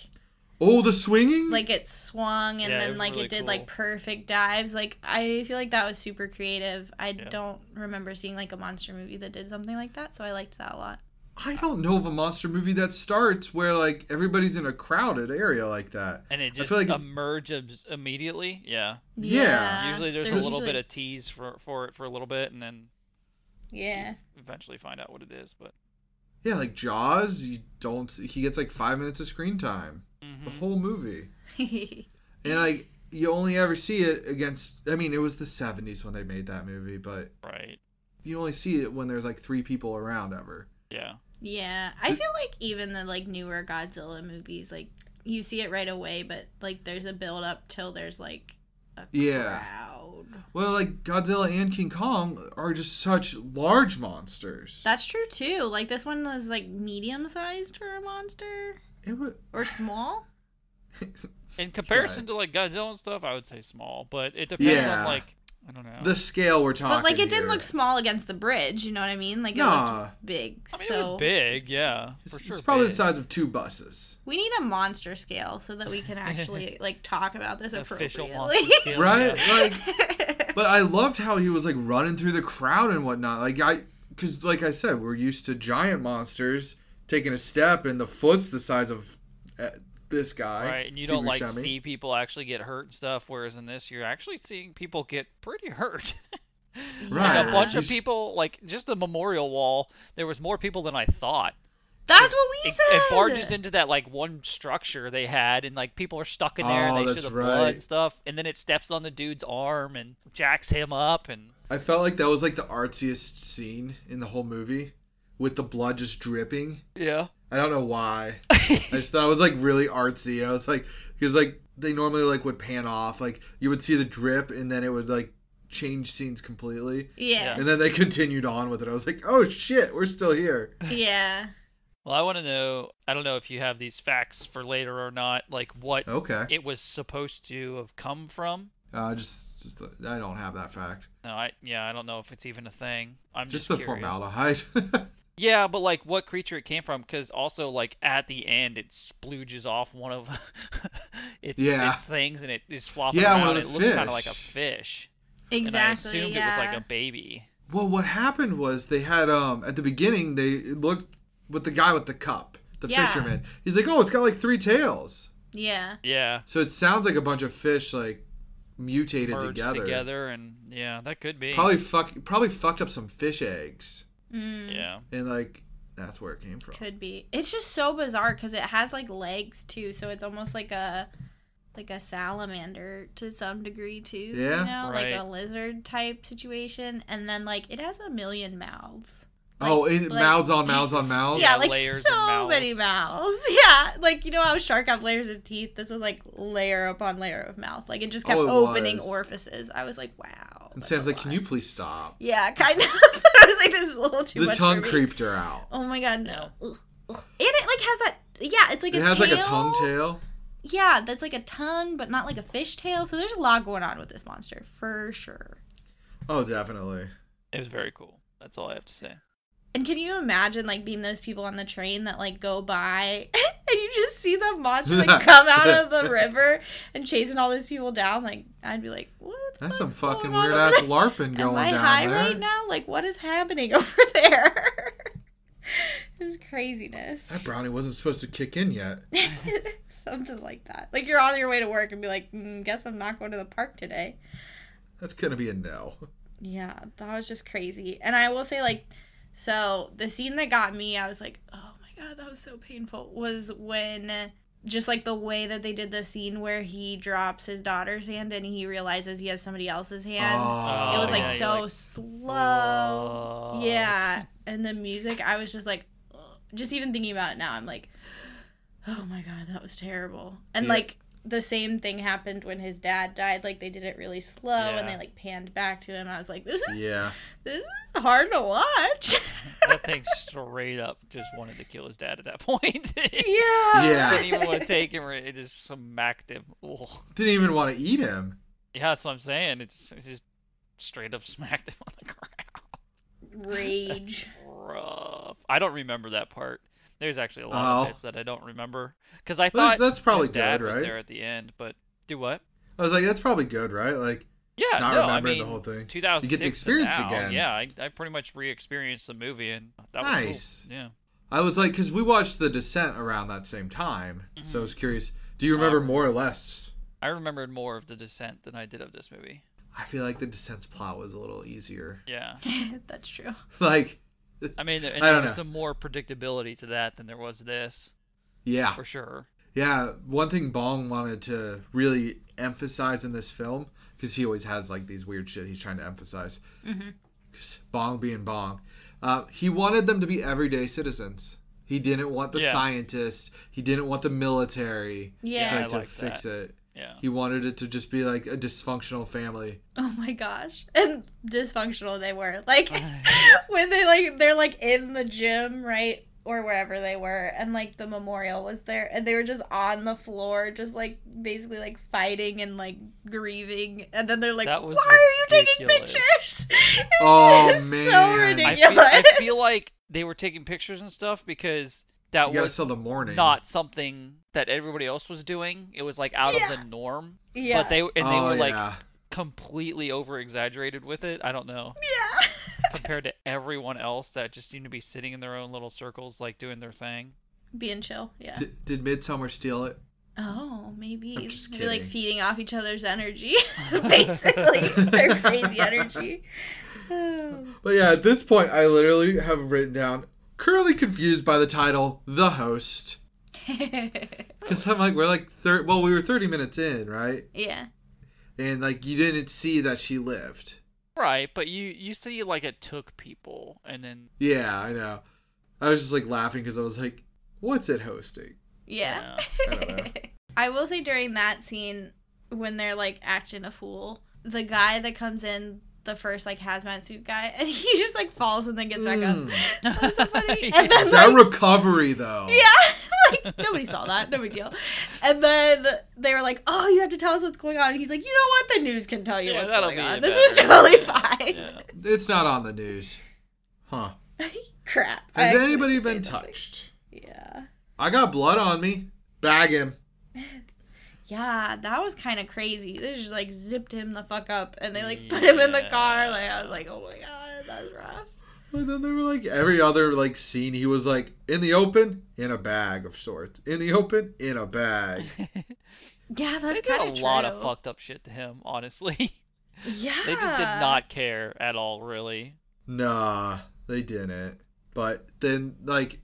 Speaker 3: Oh, the swinging?
Speaker 4: like it swung and
Speaker 2: Yeah, it
Speaker 4: then
Speaker 2: was
Speaker 4: like
Speaker 2: really
Speaker 4: it did
Speaker 2: cool.
Speaker 4: like perfect dives like i feel like that was super creative i
Speaker 2: Yeah.
Speaker 4: don't remember seeing like a monster movie that did something like that so i liked that a lot
Speaker 3: I don't know of a monster movie that starts where like everybody's in a crowded area like that.
Speaker 2: and it
Speaker 3: feel
Speaker 2: just
Speaker 3: like it's-
Speaker 2: emerges immediately. Yeah.
Speaker 3: Yeah.
Speaker 2: Usually there's, a little bit
Speaker 4: usually-
Speaker 2: of tease for for it for a little bit, and then
Speaker 4: yeah <laughs>
Speaker 2: eventually find out what it is. But
Speaker 3: Yeah, like Jaws, you don't see, he gets like 5 minutes of screen time. The
Speaker 4: Mm-hmm.
Speaker 2: Mhm.
Speaker 3: whole movie. And like you only ever see it against I mean, it was the 70s when they made that movie, but
Speaker 2: right.
Speaker 3: you only see it when there's like 3 people around ever.
Speaker 2: Yeah.
Speaker 4: yeah i feel like even the like newer godzilla movies like you see it right away but like there's a build up till there's like a
Speaker 3: Yeah.
Speaker 4: crowd
Speaker 3: Well, like Godzilla and King Kong are just such large monsters.
Speaker 4: that's true too like this one was like medium sized for a monster
Speaker 3: it <laughs> was,
Speaker 4: or small
Speaker 2: In comparison to like Godzilla and stuff, I would say small, but it depends on
Speaker 3: Yeah.
Speaker 2: like I don't know.
Speaker 3: the scale we're talking
Speaker 4: but like
Speaker 3: here.
Speaker 4: it didn't look small against the bridge you know what i mean like it looked
Speaker 3: Nah.
Speaker 4: big
Speaker 2: I mean,
Speaker 4: so
Speaker 2: it was big, yeah, for
Speaker 3: it's
Speaker 2: sure.
Speaker 3: probably
Speaker 2: big.
Speaker 3: the size of two buses.
Speaker 4: We need a monster scale so that we
Speaker 2: <laughs>
Speaker 4: can actually like talk about this
Speaker 2: An
Speaker 4: <laughs>
Speaker 2: official
Speaker 4: appropriately.
Speaker 2: monster scale,
Speaker 3: Right?
Speaker 2: yeah.
Speaker 4: <laughs>
Speaker 3: Like but I loved how he was like running through the crowd and whatnot. Like I, because like I said, we're used to giant monsters taking a step and the foot's the size of uh, this guy.
Speaker 2: Right, and you don't like
Speaker 3: Shemi.
Speaker 2: see people actually get hurt and stuff. Whereas in this, you're actually seeing people get pretty hurt. <laughs>
Speaker 3: Right,
Speaker 2: Like a bunch of
Speaker 3: just-
Speaker 2: people, like just the memorial wall. There was more people than I thought.
Speaker 4: That's what we
Speaker 2: It,
Speaker 4: said.
Speaker 2: it barges into that like one structure they had, and like people are stuck in there.
Speaker 3: Oh,
Speaker 2: and they show
Speaker 3: that's
Speaker 2: the blood
Speaker 3: right.
Speaker 2: and stuff, and then it steps on the dude's arm and jacks him up. And
Speaker 3: I felt like that was like the artsiest scene in the whole movie, with the blood just dripping.
Speaker 2: yeah,
Speaker 3: I don't know
Speaker 2: <laughs>
Speaker 3: why. I just thought it was like really artsy. I was like, because like they normally like would pan off, like you would see the drip, and then it would like change scenes completely,
Speaker 4: Yeah.
Speaker 3: and then they <laughs> continued on with it. I was like, oh shit, we're still here.
Speaker 4: Yeah.
Speaker 2: Well, I want to know. I don't know if you have these facts for later or not. Like what
Speaker 3: Okay.
Speaker 2: it was supposed to have come from.
Speaker 3: Uh, just, just the- I don't have that fact.
Speaker 2: No, I yeah, I don't know if it's even a thing. I'm
Speaker 3: Just
Speaker 2: just,
Speaker 3: the
Speaker 2: curious.
Speaker 3: formaldehyde. <laughs>
Speaker 2: Yeah, but like what creature it came from? Because also like at the end, it splooges off one of <laughs> its,
Speaker 3: Yeah.
Speaker 2: its things and it is flopping
Speaker 3: Yeah, one
Speaker 2: around.
Speaker 3: of
Speaker 2: It
Speaker 3: the
Speaker 2: looks kind of like a
Speaker 3: fish.
Speaker 2: fish. <laughs> And
Speaker 4: Exactly.
Speaker 2: I assumed
Speaker 4: yeah.
Speaker 2: it was like a baby.
Speaker 3: well, what happened was they had um at the beginning they looked with the guy with the cup, the
Speaker 4: Yeah.
Speaker 3: fisherman. He's like, oh, it's got like three tails.
Speaker 4: Yeah.
Speaker 2: Yeah.
Speaker 3: So it sounds like a bunch of fish like mutated
Speaker 2: Merged
Speaker 3: together.
Speaker 2: together. and yeah, that could be.
Speaker 3: Probably fuck, probably fucked up some fish eggs,
Speaker 4: Mm,
Speaker 2: Yeah.
Speaker 3: and like that's where it came from.
Speaker 4: Could be. It's just so bizarre because it has like legs too, so it's almost like a like a salamander to some degree too.
Speaker 3: Yeah.
Speaker 4: You know, like
Speaker 2: Right.
Speaker 4: a lizard type situation, and then like it has a million mouths.
Speaker 3: oh, and
Speaker 4: like-
Speaker 3: mouths
Speaker 4: <laughs>
Speaker 3: on mouths on mouths.
Speaker 4: yeah,
Speaker 2: Yeah,
Speaker 4: like
Speaker 2: layers
Speaker 4: so
Speaker 2: and mouths.
Speaker 4: many mouths. <laughs> Yeah, like you know how shark have layers of teeth. This was like layer upon layer of mouth. Like it just kept
Speaker 3: Oh, it
Speaker 4: opening
Speaker 3: was.
Speaker 4: orifices. I was like, wow.
Speaker 3: And
Speaker 4: that's
Speaker 3: Sam's
Speaker 4: a
Speaker 3: like, can
Speaker 4: lot."
Speaker 3: you please stop?
Speaker 4: Yeah, <laughs> kind of. I was like, this is a little too
Speaker 3: the
Speaker 4: much.
Speaker 3: tongue
Speaker 4: for me.
Speaker 3: creeped her out.
Speaker 4: Oh my god, no. Ugh, ugh. And it like has that. Yeah, it's like
Speaker 3: it
Speaker 4: a
Speaker 3: has
Speaker 4: tail.
Speaker 3: like a tongue tail.
Speaker 4: Yeah, that's like a tongue, but not like a fish tail. So there's a lot going on with this monster for sure.
Speaker 3: Oh, definitely.
Speaker 2: It was very cool. That's all I have to say.
Speaker 4: And can you imagine like being those people on the train that like go by <laughs> and you just see the
Speaker 3: <laughs>
Speaker 4: monster like come out of the river and chasing all those people down? Like I'd be like, what? the
Speaker 3: That's some
Speaker 4: fuck's
Speaker 3: fucking
Speaker 4: going on
Speaker 3: weird
Speaker 4: over
Speaker 3: ass
Speaker 4: there?
Speaker 3: LARPing
Speaker 4: Am
Speaker 3: going
Speaker 4: I
Speaker 3: down
Speaker 4: high
Speaker 3: there.
Speaker 4: right now? Like what is happening <laughs> over there? <laughs> it was craziness.
Speaker 3: That brownie wasn't supposed to kick in yet.
Speaker 4: <laughs> Something like that. Like you're on your way to work and be like, mm, guess I'm not going to the park today.
Speaker 3: That's gonna be a no.
Speaker 4: Yeah, that was just crazy. And I will say, like, so the scene that got me, I was like, oh my God, that was so painful, was when just like the way that they did the scene where he drops his daughter's hand and he realizes he has somebody else's hand.
Speaker 3: Oh.
Speaker 4: it was like
Speaker 2: yeah, you're
Speaker 4: so
Speaker 2: like,
Speaker 4: slow.
Speaker 2: Oh.
Speaker 4: Yeah.
Speaker 3: <laughs>
Speaker 4: And the music, I was just like, ugh. just even thinking about it now, I'm like, oh my God, that was terrible. And
Speaker 3: Yeah.
Speaker 4: like, the same thing happened when his dad died. Like they did it really slow, and
Speaker 2: Yeah.
Speaker 4: they like panned back to him. I was like, "This is
Speaker 3: Yeah.
Speaker 4: this is hard to watch. <laughs>
Speaker 2: That thing straight up just wanted to kill his dad at that <laughs> point.
Speaker 4: yeah.
Speaker 3: <laughs> Yeah.
Speaker 2: didn't even want to take him. or It just smacked him. Ugh.
Speaker 3: Didn't even want to eat him.
Speaker 2: Yeah, that's what I'm saying. It's, it's just straight up smacked <laughs> him on the ground.
Speaker 4: <laughs> Rage. <laughs>
Speaker 2: Rough. I don't remember that part. There's actually a lot of
Speaker 3: Oh.
Speaker 2: bits that I don't remember because I
Speaker 3: Well,
Speaker 2: thought
Speaker 3: that's probably
Speaker 2: his dad
Speaker 3: good,
Speaker 2: was
Speaker 3: right?
Speaker 2: there at the end, but do what?
Speaker 3: I was like, that's probably good, right? Like,
Speaker 2: Yeah,
Speaker 3: not
Speaker 2: no, I
Speaker 3: remembering
Speaker 2: mean,
Speaker 3: the whole thing.
Speaker 2: 2006
Speaker 3: You get to
Speaker 2: to
Speaker 3: experience
Speaker 2: now,
Speaker 3: again.
Speaker 2: Yeah, I, I pretty much re-experienced the movie, and that was cool.
Speaker 3: Nice.
Speaker 2: Yeah.
Speaker 3: I was like, because we watched The Descent around that same time,
Speaker 2: Mm-hmm.
Speaker 3: so I was curious. Do you
Speaker 2: Oh, I
Speaker 3: remember
Speaker 2: remember.
Speaker 3: more or less?
Speaker 2: I remembered more of The Descent than I did of this movie.
Speaker 3: I feel like The Descent's plot was a little easier. <laughs>
Speaker 2: Yeah.
Speaker 4: That's true.
Speaker 3: Like,
Speaker 2: I mean, there, and
Speaker 3: I
Speaker 2: there
Speaker 3: don't
Speaker 2: was
Speaker 3: know.
Speaker 2: some more predictability to that than there was this,
Speaker 3: yeah,
Speaker 2: for sure.
Speaker 3: yeah. One thing Bong wanted to really emphasize in this film, because he always has like these weird shit he's trying to emphasize.
Speaker 2: Mm-hmm.
Speaker 3: 'Cause Bong being Bong, uh, he wanted them to be everyday citizens. He didn't want the
Speaker 2: Yeah.
Speaker 3: scientists. He didn't want the military.
Speaker 4: Yeah.
Speaker 3: to,
Speaker 2: I
Speaker 3: like, to
Speaker 2: like
Speaker 3: fix it.
Speaker 4: <laughs>
Speaker 2: Yeah.
Speaker 3: He wanted it to just be like a dysfunctional family.
Speaker 4: Oh my gosh. And dysfunctional they were. Like <laughs> when they like they're like in the gym, right? Or wherever they were, and like the memorial was there, and they were just on the floor, just like basically like fighting and like grieving, and then they're like,
Speaker 2: That was
Speaker 4: "Why are you taking
Speaker 2: ridiculous.
Speaker 4: pictures?" <laughs> It was
Speaker 3: Oh,
Speaker 4: just so
Speaker 3: man. I feel-
Speaker 2: I feel,
Speaker 4: ridiculous.
Speaker 2: I feel like they were taking pictures and stuff because that
Speaker 3: You gotta
Speaker 2: was
Speaker 3: sell the morning.
Speaker 2: not something that everybody else was doing. It was like out
Speaker 4: Yeah.
Speaker 2: of the norm.
Speaker 4: <laughs> yeah,
Speaker 2: But they and they
Speaker 3: Oh,
Speaker 2: were like
Speaker 3: yeah.
Speaker 2: completely over exaggerated with it. I don't know.
Speaker 4: yeah.
Speaker 2: Compared to everyone else that just seemed to be sitting in their own little circles, like doing their thing.
Speaker 4: being chill. Yeah.
Speaker 3: D- did Midsummer steal it?
Speaker 4: Oh, maybe.
Speaker 3: I'm just
Speaker 4: Maybe like
Speaker 3: kidding.
Speaker 4: feeding off each other's energy.
Speaker 2: <laughs>
Speaker 4: <laughs> Basically, their crazy energy.
Speaker 3: <laughs>
Speaker 4: <sighs>
Speaker 3: But yeah, at this point, I literally have written down currently confused by the title, the host, because I'm like, we're like thir- Well, we were 30 minutes in, right?
Speaker 4: <laughs> yeah.
Speaker 3: And like, you didn't see that she lived.
Speaker 2: Right, but you you see like it took people and then
Speaker 3: Yeah, I know. I was just like laughing because I was like, what's it hosting?
Speaker 4: Yeah.
Speaker 2: yeah.
Speaker 3: I don't know.
Speaker 4: <laughs> I will say during that scene when they're like acting a fool, the guy that comes in, the first like hazmat suit guy, and <laughs> he just like falls and then gets back up.
Speaker 3: Mm.
Speaker 4: That was so funny.
Speaker 2: Yeah.
Speaker 4: And then
Speaker 3: that
Speaker 4: like,
Speaker 3: recovery though.
Speaker 4: <laughs> Yeah, like nobody saw that. No big deal. And then they were like, "Oh, you have to tell us what's going on." And he's like, "You know what? The news can tell you
Speaker 2: Yeah,
Speaker 4: what's
Speaker 2: that'll
Speaker 4: going
Speaker 2: be
Speaker 4: on.
Speaker 2: it
Speaker 4: This is
Speaker 2: better."
Speaker 4: totally fine."
Speaker 2: Yeah.
Speaker 3: It's not on the news. Huh.
Speaker 4: <laughs> Crap. I
Speaker 3: Has
Speaker 4: actually
Speaker 3: anybody
Speaker 4: did say
Speaker 3: been
Speaker 4: something.
Speaker 3: touched?
Speaker 4: Yeah.
Speaker 3: I got blood on me. Bag him.
Speaker 4: Yeah, that was kind of crazy. They just like zipped him the fuck up, and they like put him in the car. Like I was like, "Oh my god, that's rough."
Speaker 3: And then they were like every other like scene. He was like in the open, in a bag of sorts. In the open, in a bag.
Speaker 4: <laughs>
Speaker 2: <laughs>
Speaker 4: Yeah,
Speaker 2: they
Speaker 4: that's
Speaker 2: did
Speaker 4: kind
Speaker 2: a
Speaker 4: of
Speaker 2: lot of fucked up shit to him, honestly. <laughs>
Speaker 4: Yeah.
Speaker 2: they just did not care at all, really.
Speaker 3: Nah, they didn't. But then like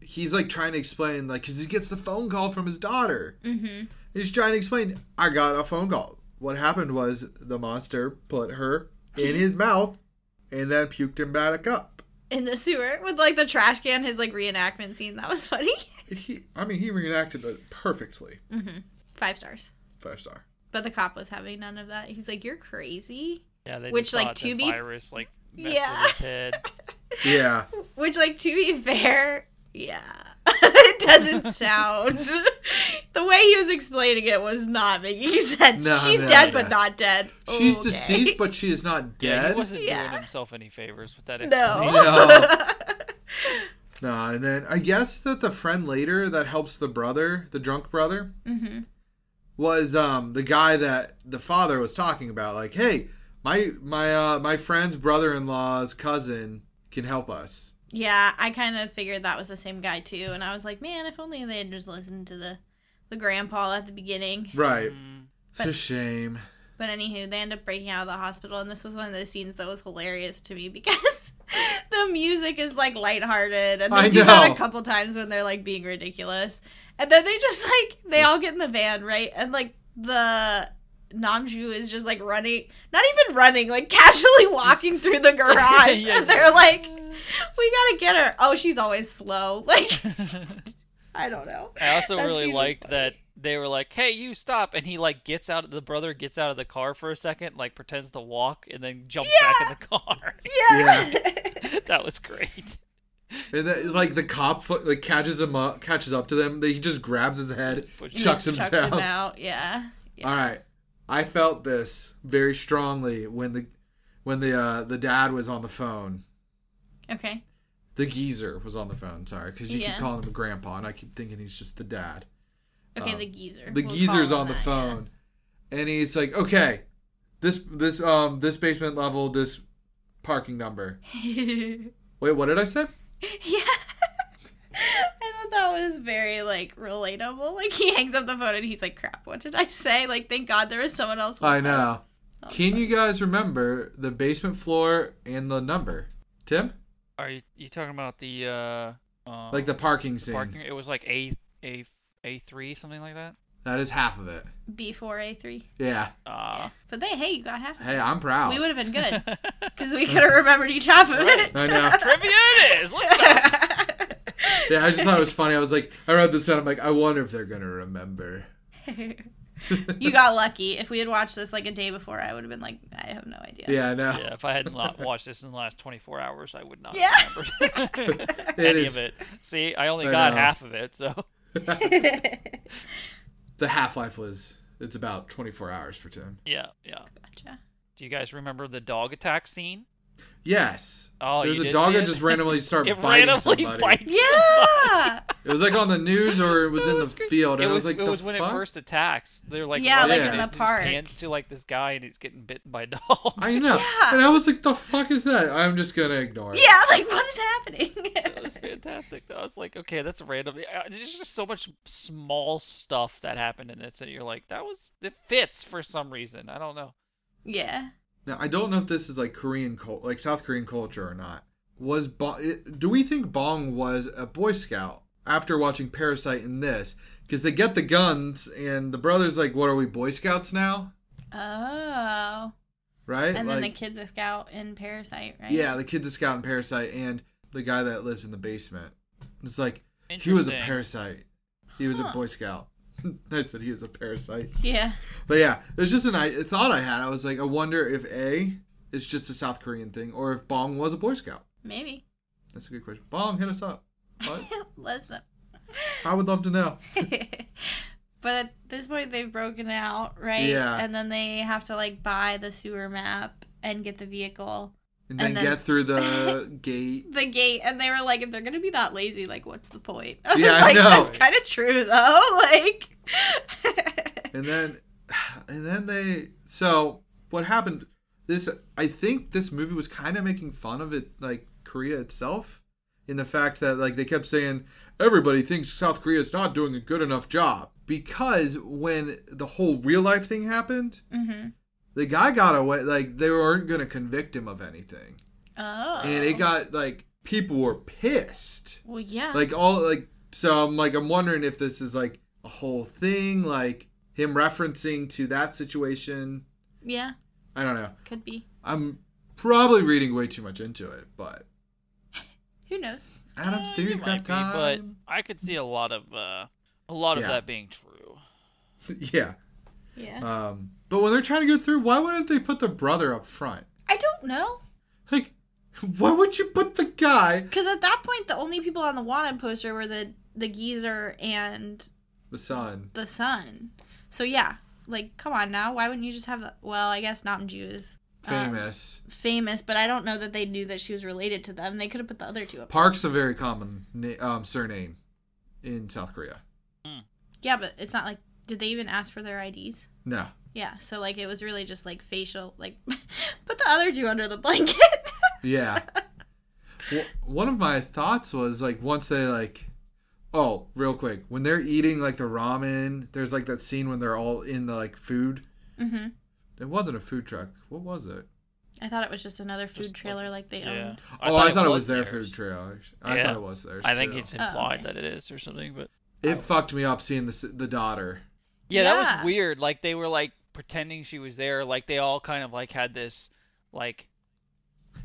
Speaker 3: he's like trying to explain like because he gets the phone call from his daughter.
Speaker 4: Mm-hmm.
Speaker 3: He's trying to explain. I got a phone call. What happened was the monster put
Speaker 4: <laughs>
Speaker 3: her in his mouth, and then puked him back up.
Speaker 4: In the sewer with like the trash can, his like reenactment scene. That was <laughs> funny.
Speaker 3: He, I mean, he reenacted it perfectly.
Speaker 4: Mm. Five stars.
Speaker 3: Five star.
Speaker 4: But the cop was having none of that. He's like, "You're crazy."
Speaker 2: Yeah, they
Speaker 4: Which,
Speaker 2: just
Speaker 4: like,
Speaker 2: thought
Speaker 4: to
Speaker 2: that
Speaker 4: be-
Speaker 2: virus
Speaker 4: <laughs>
Speaker 2: like messed
Speaker 4: Yeah.
Speaker 2: with
Speaker 3: <laughs>
Speaker 2: his head.
Speaker 4: <laughs>
Speaker 3: Yeah,
Speaker 4: Which, like, to be fair, yeah, <laughs> it doesn't sound. <laughs> the way he was explaining it was not making <laughs> sense.
Speaker 3: No,
Speaker 4: She's
Speaker 3: no,
Speaker 4: dead,
Speaker 3: no.
Speaker 4: but not dead.
Speaker 3: she's
Speaker 4: Oh, Okay.
Speaker 3: deceased, but she is not
Speaker 2: Yeah,
Speaker 3: dead.
Speaker 2: he wasn't
Speaker 4: Yeah.
Speaker 2: doing himself any favors with that.
Speaker 4: <laughs> <laughs> No.
Speaker 2: explanation.
Speaker 3: no. no, and then I guess that the friend later that helps the brother, the drunk brother,
Speaker 4: Mm-hmm.
Speaker 3: was um the guy that the father was talking about. Like, hey, my my uh, my friend's brother-in-law's cousin can help us.
Speaker 4: Yeah, I kind of figured that was the same guy too, and I was like, man, if only they had just listened to the the grandpa at the beginning.
Speaker 3: Right.
Speaker 2: Mm,
Speaker 3: It's a shame.
Speaker 4: But anywho, they end up breaking out of the hospital, and this was one of those scenes that was hilarious to me <laughs> because the music is like lighthearted, and they
Speaker 3: I
Speaker 4: do that
Speaker 3: know.
Speaker 4: a couple times when they're like being ridiculous, and then they just like they all get in the van, right? And like the Namju is just like running, not even running, like <laughs> casually walking through the garage,
Speaker 2: <laughs> Yeah.
Speaker 4: and they're like, "We gotta get her." Oh, she's always slow. <laughs> Like I don't know. <laughs>
Speaker 2: I also
Speaker 4: That
Speaker 2: really
Speaker 4: scene was
Speaker 2: liked
Speaker 4: funny.
Speaker 2: that they were like, "Hey, you stop!" And he like gets out. The brother gets out of the car for a second, like pretends to walk, and then jumps back in the car. <laughs>
Speaker 4: Yeah. <laughs>
Speaker 2: that was great.
Speaker 3: And then, like the cop fu- like catches him up, catches up to them. They, he just grabs his head.
Speaker 2: Which-
Speaker 3: Chucks him down.
Speaker 4: out. Yeah. Yeah.
Speaker 3: All right, I felt this very strongly when the when the uh, the dad was on the phone
Speaker 4: Okay.
Speaker 3: The geezer was on the phone. Sorry, because you
Speaker 4: Yeah.
Speaker 3: keep calling him a grandpa, and I keep thinking he's just the dad.
Speaker 4: Okay,
Speaker 3: Um,
Speaker 4: the geezer.
Speaker 3: The
Speaker 4: We'll call
Speaker 3: geezer's
Speaker 4: him
Speaker 3: on the
Speaker 4: that, yeah.
Speaker 3: phone, and he's like, "Okay, this this um this basement level, this parking number. Wait, what did I say?
Speaker 4: <laughs> Yeah. I thought that was very like relatable. Like he hangs up the phone and he's like, "Crap, what did I say?" Like, thank God there was someone else. with
Speaker 3: I
Speaker 4: them.
Speaker 3: know.
Speaker 4: That was
Speaker 3: Can
Speaker 4: funny.
Speaker 3: you guys remember the basement floor and the number? Tim,
Speaker 2: Are you you talking about the uh, uh
Speaker 3: like the parking scene.
Speaker 2: parking? It was like a a a three something like that.
Speaker 3: That is half of it.
Speaker 4: B four A three?
Speaker 3: Yeah.
Speaker 2: Uh,
Speaker 4: But they, hey, you got half. of it.
Speaker 3: Hey, I'm proud.
Speaker 4: We would have been
Speaker 3: <laughs>
Speaker 4: good because we could have remembered each half of it.
Speaker 3: I know.
Speaker 2: <laughs> trivia it is. Let's
Speaker 3: <laughs>
Speaker 2: go.
Speaker 4: <laughs>
Speaker 3: Yeah, I just thought it was funny. I was like, I wrote this down. I'm like, I wonder if they're gonna remember.
Speaker 4: <laughs> you got lucky. If we had watched this like a day before, I would have been like, I have no idea.
Speaker 3: Yeah, I know.
Speaker 2: Yeah, if I hadn't lo- watched this in the last 24 hours, I would not
Speaker 4: Yeah.
Speaker 2: have
Speaker 3: <laughs>
Speaker 2: remembered <laughs> any
Speaker 3: is-
Speaker 2: of it. See, I only
Speaker 3: I
Speaker 2: got
Speaker 3: know.
Speaker 2: half of it, so <laughs>
Speaker 3: The half life was it's about 24 hours for Tim.
Speaker 2: yeah, yeah.
Speaker 4: <laughs> gotcha.
Speaker 2: Do you guys remember the dog attack scene?
Speaker 3: Yes.
Speaker 2: Oh,
Speaker 3: There's
Speaker 2: you
Speaker 3: a
Speaker 2: did
Speaker 3: dog
Speaker 2: see <laughs>
Speaker 3: that
Speaker 2: it?
Speaker 3: just randomly started
Speaker 2: it
Speaker 3: biting
Speaker 2: randomly
Speaker 3: somebody.
Speaker 2: <laughs> bites.
Speaker 4: Yeah.
Speaker 3: It was like on the news or it was in the field.
Speaker 2: <laughs> It
Speaker 3: and I was
Speaker 2: was,
Speaker 3: like,
Speaker 2: it
Speaker 3: the
Speaker 2: was when
Speaker 3: fuck?
Speaker 2: it first attacks. They're like
Speaker 4: Yeah,
Speaker 3: like
Speaker 2: running,
Speaker 3: in
Speaker 2: and
Speaker 4: the
Speaker 2: it just
Speaker 4: park.
Speaker 2: Pans to like this guy and he's getting bitten by a <laughs> dog.
Speaker 3: I know.
Speaker 4: Yeah.
Speaker 3: And I was like, the fuck is that? I'm just gonna ignore it.
Speaker 4: <laughs> yeah. Like, what is happening? <laughs>
Speaker 2: That was fantastic. though. I was like, okay, that's random. Uh, There's just so much small stuff that happened in this, and you're like, that was it fits for some reason. I don't know.
Speaker 4: yeah.
Speaker 3: Now I don't know if this is like Korean cult, like South Korean culture or not. Was Bong? it- Do we think Bong was a Boy Scout after watching Parasite in this? Because they get the guns and the brothers like, what are we Boy Scouts now?
Speaker 4: Oh.
Speaker 3: Right?
Speaker 4: And then the
Speaker 3: Like,
Speaker 4: kid's a scout in Parasite, right?
Speaker 3: yeah, the kid's a scout in Parasite and the guy that lives in the basement. It's like he was a
Speaker 2: Interesting.
Speaker 3: parasite. He was
Speaker 4: Huh.
Speaker 3: a Boy Scout. <laughs> I said he was a parasite.
Speaker 4: Yeah.
Speaker 3: But yeah, there's just an I a thought I had. I was like, I wonder if A is just a South Korean thing, or if Bong was a Boy Scout.
Speaker 4: Maybe. <laughs>
Speaker 3: That's a good question. Bong, hit us up. What?
Speaker 4: Let's not.
Speaker 3: I would love to know.
Speaker 4: <laughs> but at this point, they've broken out, right?
Speaker 3: Yeah.
Speaker 4: And then they have to, like, buy the sewer map and get the vehicle,
Speaker 3: And then,
Speaker 4: And then-
Speaker 3: get through
Speaker 4: <laughs>
Speaker 3: the gate.
Speaker 4: the gate. And they were like, if they're going to be that lazy, like, what's the point? <laughs> I
Speaker 3: Yeah, I
Speaker 4: was like,
Speaker 3: know.
Speaker 4: that's kind of true, though. <laughs> Like,
Speaker 3: And then <sighs> and then they so what happened this I think this movie was kind of making fun of it like Korea itself in the fact that like they kept saying everybody thinks South Korea is not doing a good enough job because when the whole real life thing happened
Speaker 4: mm-hmm.
Speaker 3: the guy got away like they weren't going to convict him of anything
Speaker 4: oh.
Speaker 3: and it got like people were pissed
Speaker 2: <laughs>
Speaker 4: Well, yeah.
Speaker 3: like all like so i'm like i'm wondering if this is like a whole thing like him referencing to that situation
Speaker 4: yeah.
Speaker 3: i don't know
Speaker 4: Could be.
Speaker 3: i'm probably reading way too much into it but
Speaker 4: Who knows?
Speaker 3: adam's
Speaker 2: Eh,
Speaker 3: theory
Speaker 2: you might
Speaker 3: crap
Speaker 2: be, but
Speaker 3: time <laughs>
Speaker 2: I could see a lot of uh, a lot of
Speaker 3: Yeah.
Speaker 2: that being true.
Speaker 3: yeah
Speaker 4: Yeah.
Speaker 3: um but when they're trying to get through why wouldn't they put the brother up front
Speaker 4: I don't know.
Speaker 3: like why would you put the guy
Speaker 4: Because at that point, the only people on the wanted poster were the the geezer and
Speaker 3: the son
Speaker 4: the son. So yeah, like come on now, why wouldn't you just have the? Well, I guess Namju is
Speaker 2: Uh,
Speaker 4: um,
Speaker 3: famous
Speaker 4: famous, but I don't know that they knew that she was related to them. They could have put the other two up.
Speaker 3: park's a very common na- um, surname in south korea
Speaker 4: Yeah, but it's not like did they even ask for their IDs?
Speaker 3: no
Speaker 4: Yeah, so like it was really just like facial, like <laughs> put the other two under the blanket. <laughs>
Speaker 2: <laughs>
Speaker 3: Yeah. Wh- One of my thoughts was like once they like, oh, real quick, when they're eating like the ramen, there's like that scene when they're all in the like food.
Speaker 4: hmm
Speaker 3: It wasn't a food truck. What was it?
Speaker 4: I thought it was just another food
Speaker 2: Just
Speaker 4: trailer like they
Speaker 2: Yeah.
Speaker 4: owned.
Speaker 3: oh, I thought it was their
Speaker 2: theirs.
Speaker 3: food trailer. I
Speaker 2: Yeah.
Speaker 3: thought it was theirs.
Speaker 2: I think
Speaker 3: too.
Speaker 2: it's implied
Speaker 4: okay.
Speaker 2: that it is or something, but
Speaker 3: It fucked me up seeing the s- the daughter.
Speaker 2: yeah, that
Speaker 4: Yeah.
Speaker 2: was weird. Like they were like pretending she was there. Like they all kind of like had this like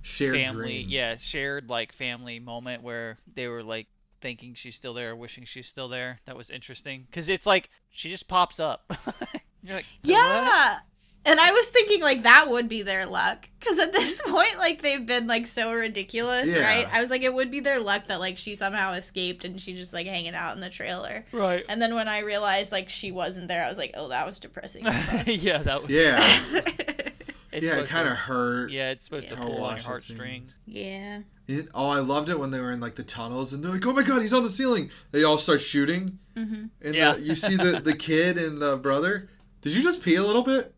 Speaker 3: Shared
Speaker 2: family,
Speaker 3: dream.
Speaker 2: yeah, shared like family moment where they were like thinking she's still there, wishing she's still there. That was interesting because it's like she just pops up. <laughs> You're like, "What?"
Speaker 4: Yeah. And I was thinking like that would be their luck cuz at this <laughs> point like they've been like so ridiculous,
Speaker 3: Yeah.
Speaker 4: right? I was like it would be their luck that like she somehow escaped and she's just like hanging out in the trailer.
Speaker 2: right?
Speaker 4: And then when I realized like she wasn't there, I was like, "Oh, that
Speaker 2: <laughs>
Speaker 4: was depressing."
Speaker 2: <laughs>
Speaker 4: <laughs>
Speaker 2: yeah, that was
Speaker 3: Yeah.
Speaker 2: <laughs>
Speaker 4: yeah.
Speaker 2: it's
Speaker 3: yeah, it
Speaker 2: supposed to-
Speaker 3: kind of hurt.
Speaker 2: yeah, it's supposed to
Speaker 3: Yeah.
Speaker 2: pull on
Speaker 3: Watch
Speaker 2: your
Speaker 3: that scene.
Speaker 2: heartstrings.
Speaker 4: yeah.
Speaker 3: It, oh, I loved it when they were in like the tunnels and they're like, "Oh my god, he's on the ceiling!" They all start shooting,
Speaker 4: Mm-hmm.
Speaker 3: and
Speaker 2: Yeah.
Speaker 3: the, you see the
Speaker 4: <laughs>
Speaker 3: the kid and the brother. Did you just pee a little bit?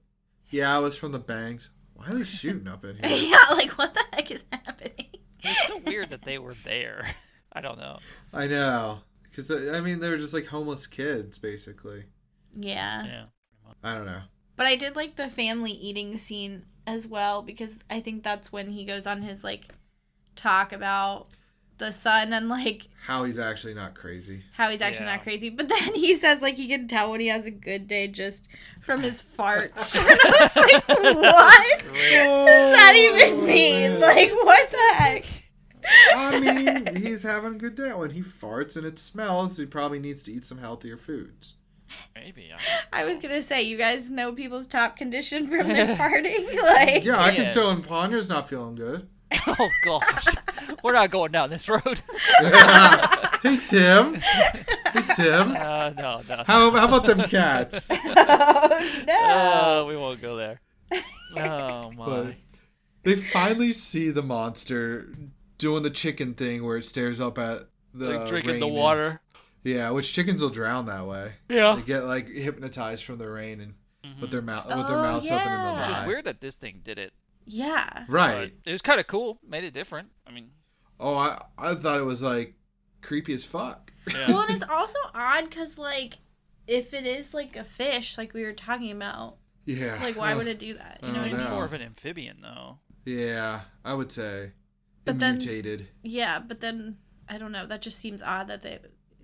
Speaker 3: Yeah, it was from the bangs. Why are they shooting up in here?
Speaker 4: <laughs> <laughs> yeah, like what the heck is happening?
Speaker 2: It's so weird that they were there. <laughs> I don't know.
Speaker 3: I know, because I mean they were just like homeless kids basically.
Speaker 4: Yeah.
Speaker 2: Yeah.
Speaker 3: I don't know.
Speaker 4: But I did like the family eating scene as well because I think that's when he goes on his like talk about the son and like
Speaker 3: How he's actually not crazy.
Speaker 4: how he's actually
Speaker 2: Yeah.
Speaker 4: not crazy. But then he says like he can tell when he has a good day just from
Speaker 2: <laughs>
Speaker 4: his farts. <laughs> and I was like, what
Speaker 2: Great.
Speaker 4: does that
Speaker 2: Oh,
Speaker 4: even mean? Like what the heck?
Speaker 3: Oh.
Speaker 4: <laughs>
Speaker 3: I mean, he's having a good day. When he farts and it smells, he probably needs to eat some healthier foods.
Speaker 2: Maybe.
Speaker 4: I was gonna say you guys know people's top condition
Speaker 2: <laughs>
Speaker 4: from their farting. Like
Speaker 3: Yeah, I can
Speaker 2: Yes.
Speaker 3: tell when Ponyo's not feeling good.
Speaker 2: gonna... <laughs> Oh gosh, we're not going down this road. <laughs> Uh,
Speaker 3: hey, Tim. Hey, Tim.
Speaker 2: Uh, no, no.
Speaker 3: <laughs> How, how about them cats?
Speaker 4: <laughs> oh no.
Speaker 2: Uh, we won't go
Speaker 4: <laughs>
Speaker 2: there. Oh my.
Speaker 3: But they finally see the monster doing the chicken thing where it stares up at the
Speaker 2: like drinking
Speaker 3: rain
Speaker 2: the
Speaker 3: and-
Speaker 2: water. Oh.
Speaker 3: yeah, which chickens will drown that way.
Speaker 2: Yeah.
Speaker 3: They get like hypnotized from the rain and with their mouth with their
Speaker 4: Oh,
Speaker 3: mouths open and
Speaker 4: yeah.
Speaker 3: they'll
Speaker 2: Which
Speaker 3: die.
Speaker 2: is Mm-hmm. weird that this thing did it.
Speaker 4: Yeah.
Speaker 3: Right.
Speaker 2: but It was kind of cool. Made it different. I mean,
Speaker 3: Oh, I I thought it was like creepy as fuck.
Speaker 2: yeah.
Speaker 4: Well, and it's also odd because, like, if it is like a fish, like we were
Speaker 3: <sighs>
Speaker 4: talking about,
Speaker 3: <laughs> Yeah.
Speaker 4: like, why would it do that? You know
Speaker 3: Oh,
Speaker 4: what I
Speaker 2: it's
Speaker 4: mean?
Speaker 3: no.
Speaker 2: more of an amphibian though.
Speaker 3: Yeah, I would say.
Speaker 4: But
Speaker 3: it
Speaker 4: then-
Speaker 3: mutated.
Speaker 4: Yeah, but then I don't know. That just seems odd that they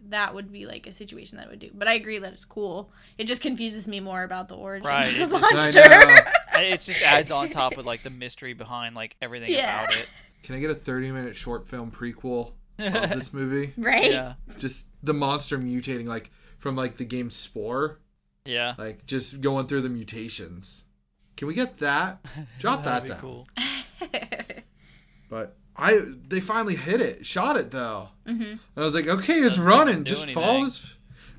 Speaker 4: that would be like a situation that would do. But I agree that it's cool. It just confuses me more about the origin
Speaker 2: Right,
Speaker 4: of the
Speaker 2: it
Speaker 3: <laughs> I
Speaker 2: just-
Speaker 4: <laughs> monster.
Speaker 3: know.
Speaker 2: And It just adds on top of like the mystery behind like everything
Speaker 4: Yeah.
Speaker 2: about
Speaker 4: <laughs>
Speaker 2: it.
Speaker 3: Can I get a 30 minute short film prequel
Speaker 2: <laughs>
Speaker 3: of this movie?
Speaker 4: <laughs> right? <laughs>
Speaker 2: Yeah.
Speaker 3: Just the monster mutating, like from like the game Spore,
Speaker 2: Yeah.
Speaker 3: like just going through the mutations. Can we get that? Drop
Speaker 2: <laughs>
Speaker 3: that
Speaker 2: That'd be
Speaker 3: down.
Speaker 2: cool.
Speaker 3: But I, they finally hit it, shot it though,
Speaker 4: Mhm.
Speaker 3: and I was like, okay, it's
Speaker 2: Doesn't
Speaker 3: running.
Speaker 2: do
Speaker 3: Just
Speaker 2: anything.
Speaker 3: follow this.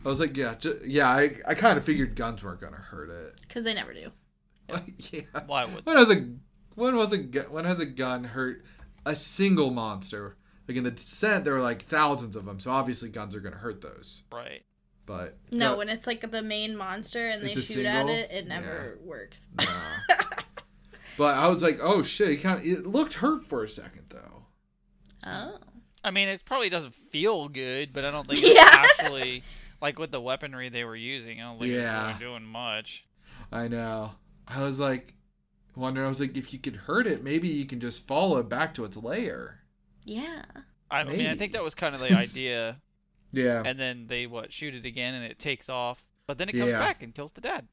Speaker 3: I was like, yeah, ju- yeah. I, I kind of figured guns weren't gonna hurt it. <laughs>
Speaker 4: Because they never do.
Speaker 3: Like, yeah.
Speaker 2: Why would?
Speaker 3: When has a when was a gu- when has a gun hurt a single monster? Like in the descent, there were like thousands of them, so obviously guns are gonna hurt those.
Speaker 2: Right.
Speaker 3: But
Speaker 4: No, when it's like the main monster and they
Speaker 3: It's a
Speaker 4: shoot at
Speaker 3: single?
Speaker 4: it, it never
Speaker 3: <laughs>
Speaker 4: works.
Speaker 3: no. but I was like, oh shit, it kind of it looked hurt for a second though.
Speaker 4: Oh.
Speaker 2: I mean, it probably doesn't feel good, but I don't think
Speaker 4: Yeah.
Speaker 2: it's actually like with the weaponry they were using. I don't think
Speaker 3: Yeah.
Speaker 2: it's really doing much.
Speaker 3: I know. I was like, wondering. I was like, if you could hurt it, maybe you can just follow it back to its lair.
Speaker 4: Yeah.
Speaker 2: I mean, I
Speaker 3: Maybe.
Speaker 2: think that was
Speaker 3: <laughs>
Speaker 2: kind of the idea,
Speaker 3: Yeah.
Speaker 4: <laughs>
Speaker 2: and then they what shoot it again, and it takes off, but then it comes
Speaker 3: Yeah.
Speaker 2: back and kills the dad,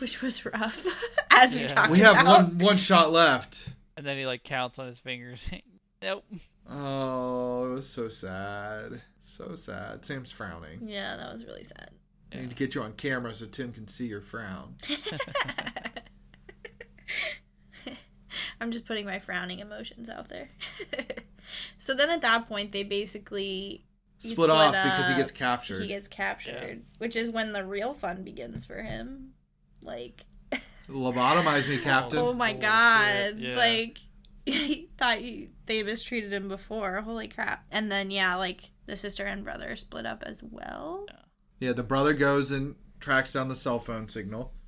Speaker 4: Which was rough, <laughs> as we
Speaker 2: Yeah.
Speaker 4: talked
Speaker 3: we have
Speaker 4: about.
Speaker 3: one one shot left.
Speaker 2: and then he like counts on his fingers. <laughs> nope.
Speaker 3: Oh, it was so sad. So sad. Sam's frowning.
Speaker 4: Yeah, that was really sad.
Speaker 3: I
Speaker 2: Yeah.
Speaker 3: need to get you on camera so Tim can see your frown.
Speaker 4: I'm just putting my frowning emotions out there. <laughs> so then at that point, they basically You
Speaker 3: Split,
Speaker 4: split
Speaker 3: off because he
Speaker 4: up.
Speaker 3: gets captured.
Speaker 4: he gets captured, which is when the real fun begins for him. Like,
Speaker 3: Lobotomize
Speaker 2: <laughs>
Speaker 3: me, Captain.
Speaker 4: oh my
Speaker 2: Holy
Speaker 4: god!
Speaker 2: shit, yeah.
Speaker 4: Like, <laughs> he thought you, they mistreated him before. Holy crap! And then yeah, like the sister and brother are split up as well.
Speaker 3: Yeah, the brother goes and tracks down the cell phone signal. <laughs>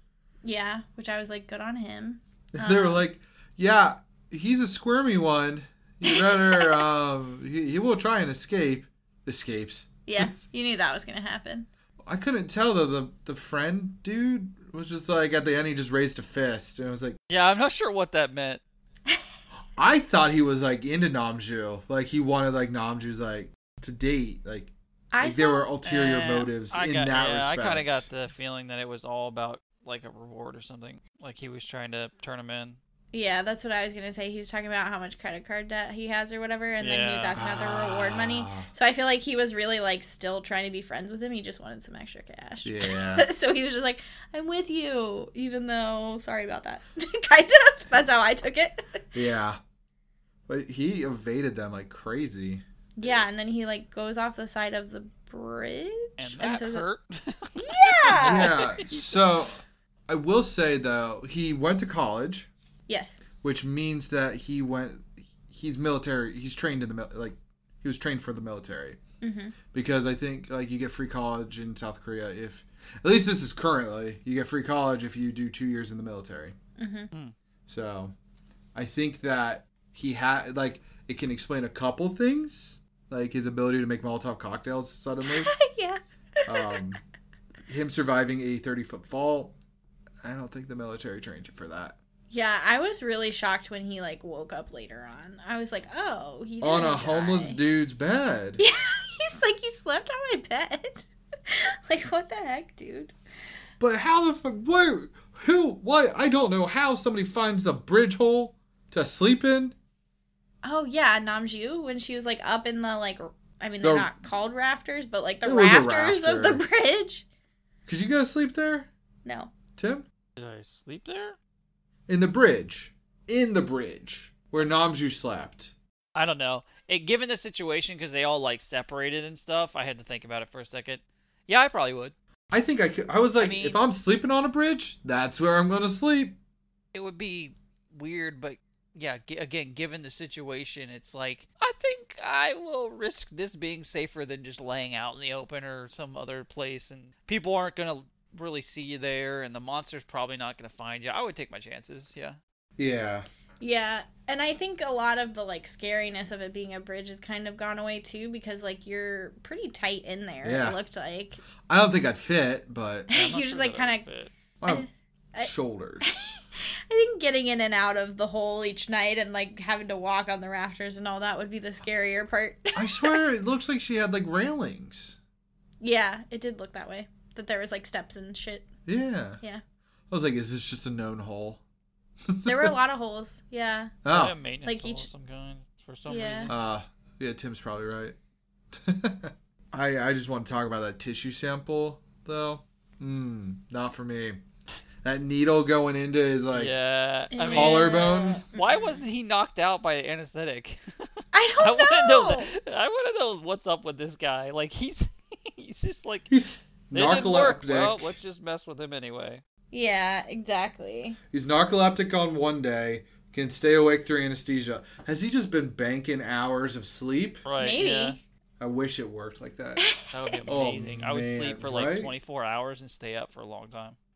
Speaker 4: Yeah, which I was like, good on him.
Speaker 3: they
Speaker 2: Uh-huh.
Speaker 3: were like, "Yeah, he's a squirmy one. You
Speaker 2: <laughs>
Speaker 3: better. um, he, he will try and escape. Escapes.
Speaker 4: Yeah, you knew that was gonna happen.
Speaker 3: I couldn't tell though. The the friend dude was just like at the end. He just raised a fist, and I was like,
Speaker 2: Yeah, I'm not sure what that meant.
Speaker 3: I thought he was like into Namju. Like he wanted like Namju's like to date. Like,
Speaker 4: I
Speaker 3: like, there
Speaker 4: saw-
Speaker 3: were ulterior
Speaker 2: Eh,
Speaker 3: motives
Speaker 2: I
Speaker 3: in
Speaker 2: got-
Speaker 3: that
Speaker 2: yeah,
Speaker 3: respect.
Speaker 2: I kind of got the feeling that it was all about like a reward or something. Like he was trying to turn him in.
Speaker 4: Yeah, that's what I was gonna say. He was talking about how much credit card debt he has or whatever, and then he was
Speaker 2: Yeah.
Speaker 4: asking about the reward money.
Speaker 3: Ah.
Speaker 4: So I feel like he was really like still trying to be friends with him. He just wanted some extra
Speaker 3: <laughs>
Speaker 4: cash.
Speaker 3: Yeah.
Speaker 4: <laughs> so he was just like, "I'm with you," even though sorry about that. <laughs> kind of. That's how I
Speaker 2: <laughs>
Speaker 4: took it.
Speaker 3: Yeah. But he evaded them like crazy.
Speaker 4: yeah, and then he like goes off the side of the bridge,
Speaker 2: And that
Speaker 4: so the-
Speaker 2: hurt. <laughs>
Speaker 4: yeah.
Speaker 3: Yeah. So I will say though, he went to college,
Speaker 4: Yes.
Speaker 3: which means that he went he's military. He's trained in the mil- like he was trained for the military
Speaker 4: Mm-hmm.
Speaker 3: because I think like you get free college in South Korea if at least this is currently you get free college if you do two years in the military.
Speaker 2: <laughs>
Speaker 4: Mhm.
Speaker 2: Hmm.
Speaker 3: So I think that he had like it can explain a couple things like his ability to make Molotov cocktails
Speaker 4: <laughs>
Speaker 3: suddenly,
Speaker 4: yeah.
Speaker 3: um, him surviving a thirty foot fall. I don't think the military trained you for that.
Speaker 4: Yeah, I was really shocked when he like woke up later on. I was like, "Oh, he didn't
Speaker 3: On a
Speaker 4: die.
Speaker 3: homeless dude's bed.
Speaker 4: <laughs> Yeah, he's like, "You slept on my bed." <laughs> like, what the heck, dude?
Speaker 3: But how the fuck? Where? Who? What? I don't know how somebody finds the bridge hole to sleep in.
Speaker 4: Oh yeah, Namju when she was like up in the like, r- I mean,
Speaker 3: The-
Speaker 4: they're not called rafters, but like the
Speaker 3: It was a
Speaker 4: rafters of the
Speaker 3: rafter.
Speaker 4: bridge.
Speaker 3: Could you guys sleep there,
Speaker 4: No,
Speaker 3: Tim?
Speaker 2: Did I sleep there?
Speaker 3: In the bridge. In the bridge where Namju slept.
Speaker 2: I don't know. It, given the situation, because they all like separated and stuff, I had to think about it for a second. Yeah, I probably would.
Speaker 3: I think I could. I was like,
Speaker 2: I mean-
Speaker 3: if I'm sleeping on a bridge, that's where I'm gonna sleep.
Speaker 2: It would be weird, but yeah, g- again, given the situation, it's like I think I will risk this being safer than just laying out in the open or some other place, and people aren't gonna really see you there, and the monster's probably not gonna find you. I would take my chances.
Speaker 4: <laughs>
Speaker 2: Yeah.
Speaker 3: Yeah.
Speaker 4: Yeah, and I think a lot of the like scariness of it being a bridge has kind of gone away too because like you're pretty tight in there.
Speaker 3: Yeah.
Speaker 4: It looked like
Speaker 3: I don't think I'd fit, but
Speaker 4: <laughs>
Speaker 2: I'm not
Speaker 4: you just
Speaker 2: sure
Speaker 4: like
Speaker 2: that I
Speaker 4: kind of.
Speaker 2: would fit. <laughs>
Speaker 3: my <laughs>
Speaker 4: I-
Speaker 3: shoulders.
Speaker 4: I think getting in and out of the hole each night and like having to walk on the rafters and all that would be the scarier part. <laughs>
Speaker 3: I swear, it looks like she had like railings.
Speaker 4: yeah, it did look that way. That there was like steps and shit.
Speaker 3: Yeah.
Speaker 4: Yeah,
Speaker 3: I was like, is this just a known hole?
Speaker 4: there were a lot of holes. Yeah,
Speaker 2: Probably
Speaker 3: <laughs>
Speaker 2: a
Speaker 3: Oh.
Speaker 2: maintenance
Speaker 4: Like
Speaker 2: hole
Speaker 4: each-
Speaker 2: of some kind for some
Speaker 4: Yeah.
Speaker 2: reason.
Speaker 3: Uh, yeah, Tim's probably right. <laughs> I I just want to talk about that tissue sample though. Mm, not for me. That needle going into his like
Speaker 2: yeah. I mean,
Speaker 3: collarbone.
Speaker 2: why wasn't he knocked out by anesthetic? <laughs>
Speaker 4: I
Speaker 2: I
Speaker 4: don't
Speaker 2: want to
Speaker 4: know.
Speaker 2: know. th- I want to know what's up with this guy. Like he's <laughs> he's just like
Speaker 3: He's
Speaker 2: they didn't work.
Speaker 3: narcoleptic.
Speaker 2: Well, let's just mess with him anyway.
Speaker 4: Yeah, exactly.
Speaker 3: He's narcoleptic on one day. Can stay awake through anesthesia. Has he just been banking hours of sleep?
Speaker 2: Right?
Speaker 4: Maybe.
Speaker 2: Yeah.
Speaker 3: I wish it worked like that.
Speaker 2: That <laughs> would be
Speaker 3: Oh,
Speaker 2: amazing. I would
Speaker 3: man,
Speaker 2: sleep for like
Speaker 3: right?
Speaker 2: 24 hours and stay up for a long time.
Speaker 4: <laughs>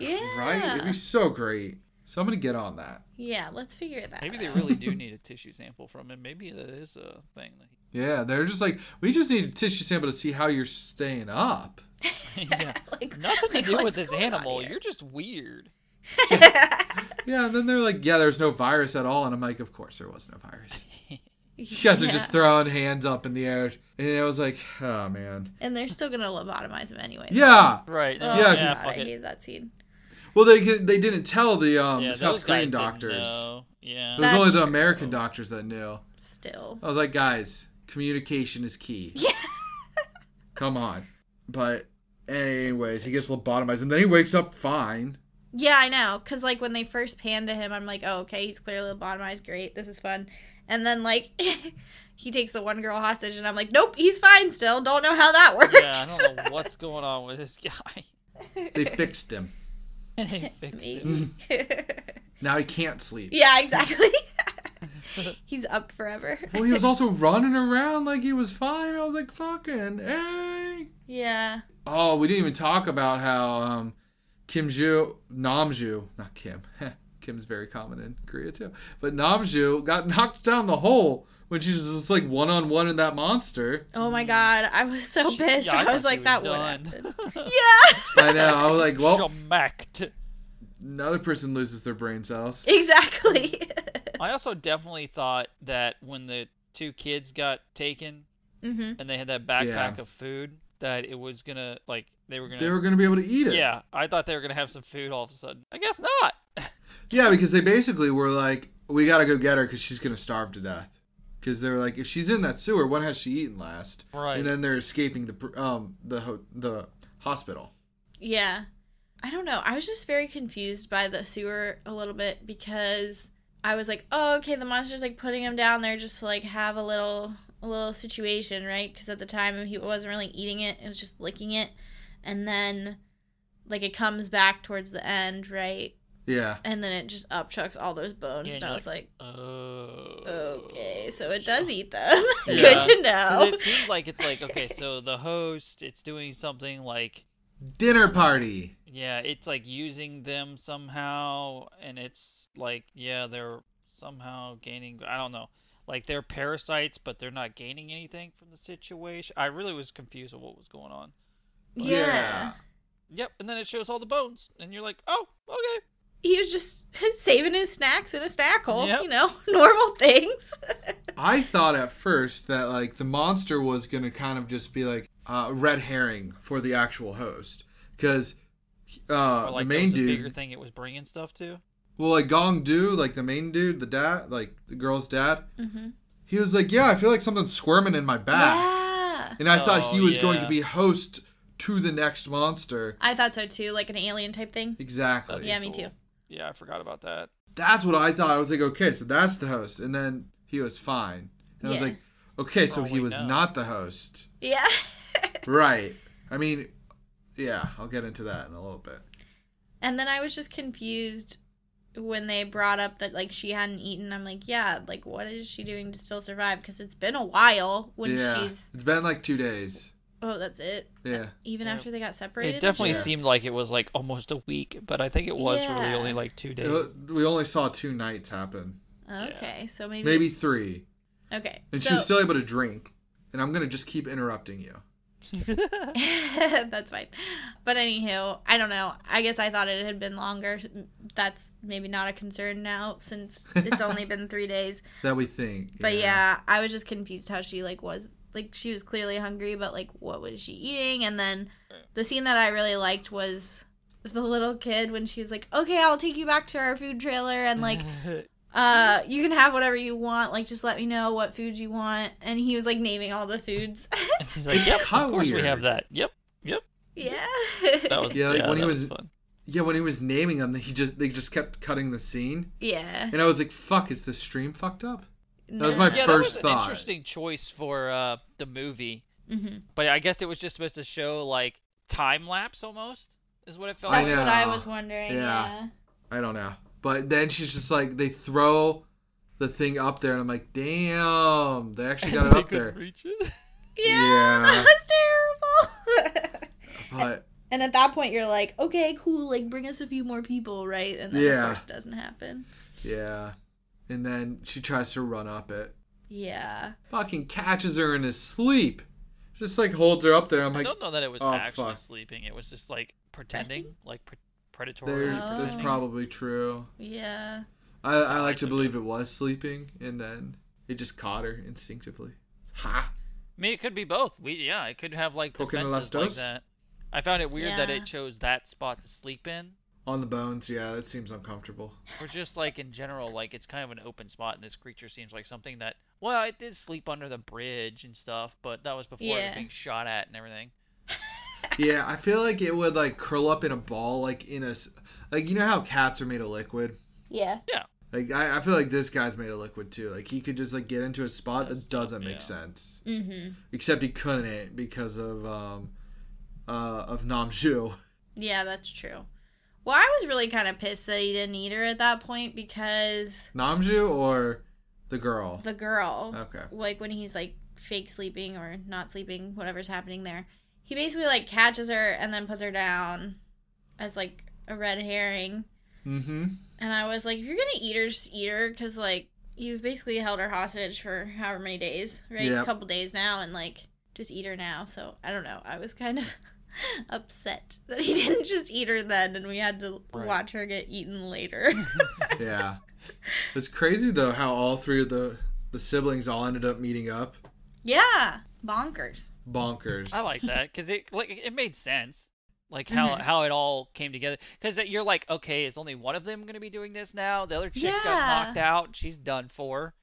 Speaker 4: Yeah.
Speaker 3: Right? It'd be so great. Somebody get on that.
Speaker 4: Yeah, let's figure that.
Speaker 2: Maybe they
Speaker 4: out.
Speaker 2: really <laughs> do need a tissue sample from him. Maybe that is a thing. that
Speaker 3: Yeah, they're just like, we just need a tissue sample to see how you're staying up.
Speaker 2: <laughs> he- yeah.
Speaker 4: <laughs> Like,
Speaker 2: Nothing to
Speaker 4: like,
Speaker 2: do with
Speaker 4: what's
Speaker 2: this
Speaker 4: going on
Speaker 2: animal.
Speaker 4: here?
Speaker 2: You're just weird.
Speaker 4: <laughs>
Speaker 3: Yeah, and then they're like, yeah, there's no virus at all. And I'm like, of course there was no virus. You guys are
Speaker 4: Yeah.
Speaker 3: just throwing hands up in the air. And I was like, oh, man.
Speaker 4: And they're still gonna lobotomize him anyway.
Speaker 3: Yeah.
Speaker 2: Right.
Speaker 4: Oh,
Speaker 3: Yeah,
Speaker 4: yeah,
Speaker 3: 'cause-
Speaker 2: Yeah.
Speaker 4: I
Speaker 2: Fuck it.
Speaker 4: hate that scene.
Speaker 3: Well, they they didn't tell the um,
Speaker 2: Yeah,
Speaker 3: the South
Speaker 2: those guys
Speaker 3: Korean
Speaker 2: didn't
Speaker 3: doctors.
Speaker 2: know. Yeah.
Speaker 3: It was only
Speaker 4: That's
Speaker 3: the
Speaker 4: true.
Speaker 3: American doctors that knew.
Speaker 4: Still.
Speaker 3: I was like, guys, communication is key.
Speaker 4: <laughs> Yeah.
Speaker 3: Come on. But, anyways, he gets lobotomized and then he wakes up fine.
Speaker 4: Yeah, I know. Cause like when they first pan to him, I'm like, oh, okay, he's clearly lobotomized. Great, this is fun. And then like, <laughs> he takes the one girl hostage, and I'm like, nope, he's fine still. Don't know how that <laughs> works.
Speaker 2: Yeah. I
Speaker 3: <laughs>
Speaker 2: don't know what's going on with this guy. <laughs>
Speaker 4: <laughs>
Speaker 3: They fixed him.
Speaker 2: they
Speaker 3: <laughs>
Speaker 2: fixed him.
Speaker 4: Maybe. <laughs>
Speaker 3: Now he can't sleep.
Speaker 4: yeah, exactly. <laughs> he's up forever. <laughs>
Speaker 3: Well, he was also running around like he was fine. I was like, fucking, hey.
Speaker 4: Yeah.
Speaker 3: Oh, we didn't even talk about how um, Kim Ju, Namju, not Kim. <laughs> Kim's very common in Korea too. But Namju got knocked down the hole when she's just like one on one in that monster.
Speaker 4: Oh my god, I was so pissed.
Speaker 2: Mm. Yeah,
Speaker 4: I was
Speaker 2: thought
Speaker 4: like,
Speaker 2: you
Speaker 4: that
Speaker 2: were
Speaker 4: would
Speaker 2: done.
Speaker 4: happen. <laughs> Yeah.
Speaker 3: I know. I was
Speaker 2: <laughs>
Speaker 3: like, well,
Speaker 2: Shemaked.
Speaker 3: another person loses their brain cells.
Speaker 4: <laughs> Exactly.
Speaker 2: I also definitely thought that when the two kids got taken
Speaker 4: mm-hmm.
Speaker 2: and they had that backpack
Speaker 3: Yeah.
Speaker 2: of food, that it was gonna like they were gonna.
Speaker 3: They were gonna be able to eat it.
Speaker 2: yeah, I thought they were gonna have some food all of a sudden. I guess not.
Speaker 3: Yeah, because they basically were like, we gotta go get her because she's gonna starve to death. Because they were like, if she's in that sewer, what has she eaten last?
Speaker 2: Right.
Speaker 3: And then they're escaping the pr- um the ho- the hospital.
Speaker 4: Yeah. I don't know. I was just very confused by the sewer a little bit because I was like, oh, okay, the monster's like putting him down there just to like have a little a little situation, right? Because at the time he wasn't really eating it; it was just licking it, and then like it comes back towards the end, right?
Speaker 3: Yeah.
Speaker 4: and then it just upchucks all those bones.
Speaker 2: Yeah,
Speaker 4: and
Speaker 2: you're
Speaker 4: I was like,
Speaker 2: Oh.
Speaker 4: okay, so it does eat them. <laughs>
Speaker 2: Yeah.
Speaker 4: Good to
Speaker 2: 'Cause
Speaker 4: know.
Speaker 2: It seems like it's like okay, so the host it's doing something like
Speaker 3: Dinner party.
Speaker 2: yeah, it's like using them somehow, and it's like yeah, they're somehow gaining. I don't know, like they're parasites, but they're not gaining anything from the situation. I really was confused with what was going on.
Speaker 4: <laughs> Yeah.
Speaker 2: Yep, and then it shows all the bones, and you're like, oh, okay.
Speaker 4: He was just <laughs> saving his snacks in a snack hole,
Speaker 2: Yep.
Speaker 4: you know, <laughs> normal things. <laughs>
Speaker 3: I thought at first that like the monster was gonna kind of just be like uh, red herring for the actual host because uh,
Speaker 2: Or like
Speaker 3: the
Speaker 2: there
Speaker 3: main
Speaker 2: was a
Speaker 3: dude.
Speaker 2: bigger thing it was bringing stuff to.
Speaker 3: Well, like Gong Du, like the main dude, the dad, like the girl's dad,
Speaker 4: Mm-hmm.
Speaker 3: he was like, "Yeah, I feel like something's squirming in my back,"
Speaker 4: Yeah.
Speaker 3: and I thought he
Speaker 2: Oh,
Speaker 3: was going
Speaker 2: yeah.
Speaker 3: to be host to the next monster.
Speaker 4: I thought so too, like an alien type thing.
Speaker 3: Exactly.
Speaker 4: Yeah, me too.
Speaker 2: Yeah, I forgot about that.
Speaker 3: That's what I thought. I was like, "Okay, so that's the host," and then he was fine. And I was
Speaker 4: Yeah.
Speaker 3: like, "Okay, so
Speaker 2: Oh,
Speaker 3: he
Speaker 2: wait,
Speaker 3: was
Speaker 2: no.
Speaker 3: not the host."
Speaker 4: Yeah. <laughs>
Speaker 3: Right. I mean, yeah, I'll get into that in a little bit.
Speaker 4: And then I was just confused when they brought up that like she hadn't eaten. I'm like, yeah, like what is she doing to still survive? Because it's been a while when
Speaker 3: yeah.
Speaker 4: she's.
Speaker 3: It's been like two days.
Speaker 4: Oh, that's it.
Speaker 3: Yeah.
Speaker 4: Even
Speaker 2: Yeah.
Speaker 4: after they got separated.
Speaker 2: it
Speaker 4: and
Speaker 2: definitely
Speaker 4: shit?
Speaker 3: shit.
Speaker 2: seemed like it was like almost a week, but I think it was really
Speaker 4: Yeah.
Speaker 2: only like two
Speaker 3: It
Speaker 2: days.
Speaker 3: was- we only saw two nights happen.
Speaker 4: Okay, so maybe.
Speaker 3: Maybe three.
Speaker 4: Okay.
Speaker 3: And
Speaker 4: so,
Speaker 3: she was still able to drink. And I'm going to just keep interrupting you.
Speaker 4: <laughs> that's fine. But anywho, I don't know. I guess I thought it had been longer. That's maybe not a concern now since
Speaker 3: <laughs>
Speaker 4: it's only been three days.
Speaker 3: That we think.
Speaker 4: But yeah, I was just confused how she like was like she was clearly hungry, but like what was she eating? And then the scene that I really liked was the little kid when she's like, "Okay, I'll take you back to our food trailer
Speaker 2: <laughs>
Speaker 4: and like uh you can have whatever you want. Like just let me know what food you want." And he was like naming all the foods. <laughs>
Speaker 2: And he's like, yep, of
Speaker 3: Kinda
Speaker 2: course we have
Speaker 3: weird.
Speaker 2: that. Yep,
Speaker 4: yeah.
Speaker 2: that was
Speaker 3: Yeah, like, when he
Speaker 2: that
Speaker 3: was-
Speaker 2: fun.
Speaker 3: Yeah, when he was naming them, he just they just kept cutting the scene.
Speaker 4: <laughs> yeah.
Speaker 3: And I was like, fuck, is the stream fucked up?
Speaker 4: That
Speaker 3: was my
Speaker 2: yeah, that
Speaker 3: first
Speaker 2: was an
Speaker 3: thought.
Speaker 2: interesting choice for uh, the movie,
Speaker 4: Mm-hmm.
Speaker 2: but I guess it was just supposed to show like time lapse almost is what it felt
Speaker 3: I
Speaker 4: That's
Speaker 2: <laughs> like.
Speaker 4: what I
Speaker 3: know.
Speaker 4: was wondering.
Speaker 3: Yeah.
Speaker 4: Yeah.
Speaker 3: I don't know. But then she's just like, they throw the thing up there. And I'm like, damn, they actually got it
Speaker 2: They
Speaker 3: up
Speaker 2: couldn't
Speaker 4: <laughs>
Speaker 3: there.
Speaker 2: reach it.
Speaker 4: Yeah, <laughs>
Speaker 3: Yeah.
Speaker 4: that was terrible. <laughs>
Speaker 3: But
Speaker 4: and at that point, you're like, okay, cool, like bring us a few more people, right? And then
Speaker 3: Yeah.
Speaker 4: of course, it doesn't happen.
Speaker 3: Yeah. And then she tries to run up it.
Speaker 4: Yeah.
Speaker 3: Fucking catches her in his sleep. Just like holds her up there. I'm
Speaker 2: I
Speaker 3: like,
Speaker 2: don't know that it was
Speaker 3: oh,
Speaker 2: actually
Speaker 3: fuck.
Speaker 2: sleeping. It was just like pretending, like pre-
Speaker 3: there,
Speaker 2: predatory.
Speaker 4: Oh.
Speaker 3: that's
Speaker 2: pretending.
Speaker 3: probably true.
Speaker 4: Yeah.
Speaker 3: I, I like to
Speaker 2: okay.
Speaker 3: believe it was sleeping, and then it just caught her instinctively. Ha!
Speaker 2: I mean, it could be both. We yeah, it could have like
Speaker 3: Poking the
Speaker 2: defenses
Speaker 3: lastos?
Speaker 2: like that. I found it weird that
Speaker 4: Yeah.
Speaker 2: it chose that spot to sleep in.
Speaker 3: On the bones, yeah, that seems uncomfortable.
Speaker 2: Or just like in general, like it's kind of an open spot, and this creature seems like something that well, it did sleep under the bridge and stuff, but that was before
Speaker 4: Yeah.
Speaker 2: it was being shot at and everything.
Speaker 3: yeah, I feel like it would like curl up in a ball, like in a, s- like you know how cats are made of liquid.
Speaker 4: Yeah.
Speaker 3: Like I, I feel like this guy's made of liquid too. Like he could just like get into a spot
Speaker 2: That's
Speaker 3: that
Speaker 2: tough,
Speaker 3: doesn't make
Speaker 2: yeah.
Speaker 3: sense.
Speaker 4: Mm-hmm.
Speaker 3: except he couldn't because of um uh of Namju. <laughs>
Speaker 4: Yeah, that's true. Well, I was really kind of pissed that he didn't eat her at that point because
Speaker 3: Namju or the girl.
Speaker 4: the girl,
Speaker 3: Okay.
Speaker 4: like when he's like fake sleeping or not sleeping, whatever's happening there, he basically like catches her and then puts her down as like a red herring.
Speaker 3: Mm-hmm.
Speaker 4: And I was like, if you're gonna eat her, just eat her, because like you've basically held her hostage for however many days, right?
Speaker 3: Yep.
Speaker 4: A couple days now, and like just eat her now. So I don't know. I was kind of <laughs> upset that he <laughs> didn't just eat her then, and we had to
Speaker 2: Right.
Speaker 4: watch her get
Speaker 3: <laughs>
Speaker 4: eaten later. <laughs>
Speaker 3: Yeah. it's crazy though how all three of the the siblings all ended up meeting up.
Speaker 4: yeah, bonkers.
Speaker 3: Bonkers.
Speaker 2: I like that because it like it made sense, like how
Speaker 4: Mhm.
Speaker 2: how it all came together. Because you're like, okay, is only one of them gonna be doing this now? The other chick got knocked out. She's done for.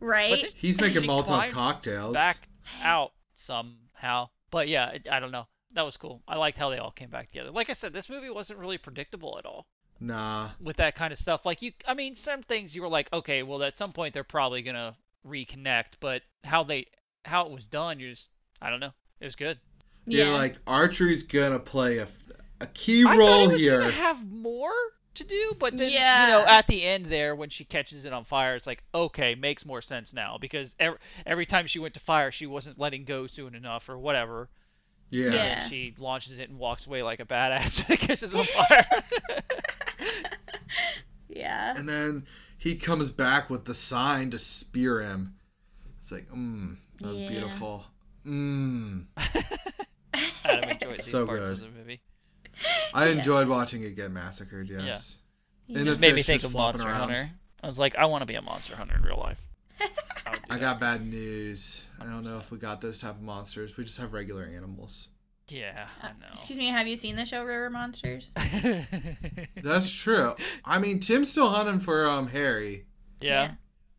Speaker 2: But
Speaker 4: Right?
Speaker 2: then
Speaker 3: He's
Speaker 2: she
Speaker 3: making Molotov
Speaker 2: climbed
Speaker 3: cocktails. <sighs>
Speaker 2: back out somehow. But yeah, it, I don't know. That was cool. I liked how they all came back together. Like I said, this movie wasn't really predictable at all
Speaker 3: Nah.
Speaker 2: with that kind of stuff. Like you, I mean, some things you were like, okay, well, at some point they're probably gonna reconnect. But how they, how it was done, you just, I don't know. It was good.
Speaker 4: yeah.
Speaker 3: You're like archery's gonna play a, a key
Speaker 2: I thought
Speaker 3: role
Speaker 2: he was
Speaker 3: here.
Speaker 2: gonna have more. to do, but then
Speaker 4: Yeah.
Speaker 2: you know at the end there when she catches it on fire, it's like okay, makes more sense now because every, every time she went to fire, she wasn't letting go soon enough or whatever.
Speaker 3: Yeah.
Speaker 4: Yeah.
Speaker 2: And she launches it and walks away like a badass <laughs> and catches it on
Speaker 4: <laughs>
Speaker 2: fire.
Speaker 4: Yeah.
Speaker 3: And then he comes back with the sign to spear him. It's like, mmm, that was
Speaker 4: Yeah.
Speaker 3: beautiful. Mmm.
Speaker 2: Adam enjoyed these
Speaker 3: So
Speaker 2: parts
Speaker 3: good.
Speaker 2: of the movie.
Speaker 3: I
Speaker 4: Yeah.
Speaker 3: enjoyed watching it get massacred, yes. And
Speaker 2: Just
Speaker 3: the
Speaker 2: made me
Speaker 3: fish
Speaker 2: think
Speaker 3: just
Speaker 2: of
Speaker 3: flopping
Speaker 2: Monster
Speaker 3: around.
Speaker 2: Hunter. I was like, I want to be a Monster Hunter in real
Speaker 4: <laughs>
Speaker 2: life. I would do
Speaker 3: I
Speaker 2: that.
Speaker 3: got bad news. I don't know if we got those type of monsters. We just have regular animals.
Speaker 2: Yeah,
Speaker 4: Uh,
Speaker 2: I
Speaker 4: Excuse <laughs> me, have you seen the show River Monsters?
Speaker 2: know.
Speaker 3: That's true. I mean, Tim's still hunting for um Harry.
Speaker 2: <laughs> yeah.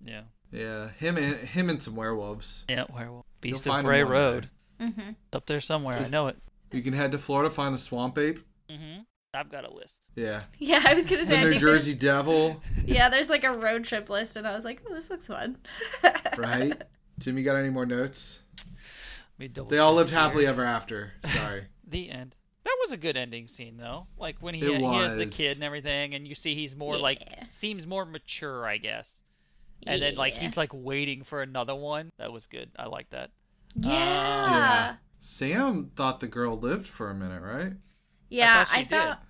Speaker 2: Yeah.
Speaker 3: Yeah, him and him and some werewolves.
Speaker 2: Yeah, werewolf. Beast
Speaker 3: find
Speaker 2: of
Speaker 3: 'em
Speaker 2: Bray
Speaker 3: one day.
Speaker 2: Road.
Speaker 4: Mm-hmm. <laughs>
Speaker 2: It's up there somewhere. I know it.
Speaker 3: You can head to Florida find the swamp ape.
Speaker 2: Mm-hmm. I've got a list.
Speaker 3: Yeah,
Speaker 4: Yeah, I was gonna
Speaker 3: the
Speaker 4: say. I
Speaker 3: New
Speaker 4: think
Speaker 3: Jersey Devil,
Speaker 4: There's, yeah, there's like a road trip list, and I was like, oh, this looks fun. <laughs>
Speaker 3: right? Tim, you got any more notes?
Speaker 2: Let me double
Speaker 3: They all
Speaker 2: check
Speaker 3: lived happily
Speaker 2: here.
Speaker 3: ever after.
Speaker 4: <laughs>
Speaker 3: Sorry.
Speaker 2: The end. That was a good ending scene, though. Like when he,
Speaker 3: It
Speaker 2: he has the
Speaker 3: was.
Speaker 2: kid and everything, and you see he's more like
Speaker 4: Yeah.
Speaker 2: seems more mature, I guess. And then like
Speaker 4: Yeah.
Speaker 2: he's like waiting for another one. That was good. I like that.
Speaker 4: Uh, Yeah. Ah.
Speaker 3: Yeah. Sam thought the girl lived for a minute, right?
Speaker 4: Yeah,
Speaker 2: thought she
Speaker 4: I,
Speaker 2: did.
Speaker 4: thought.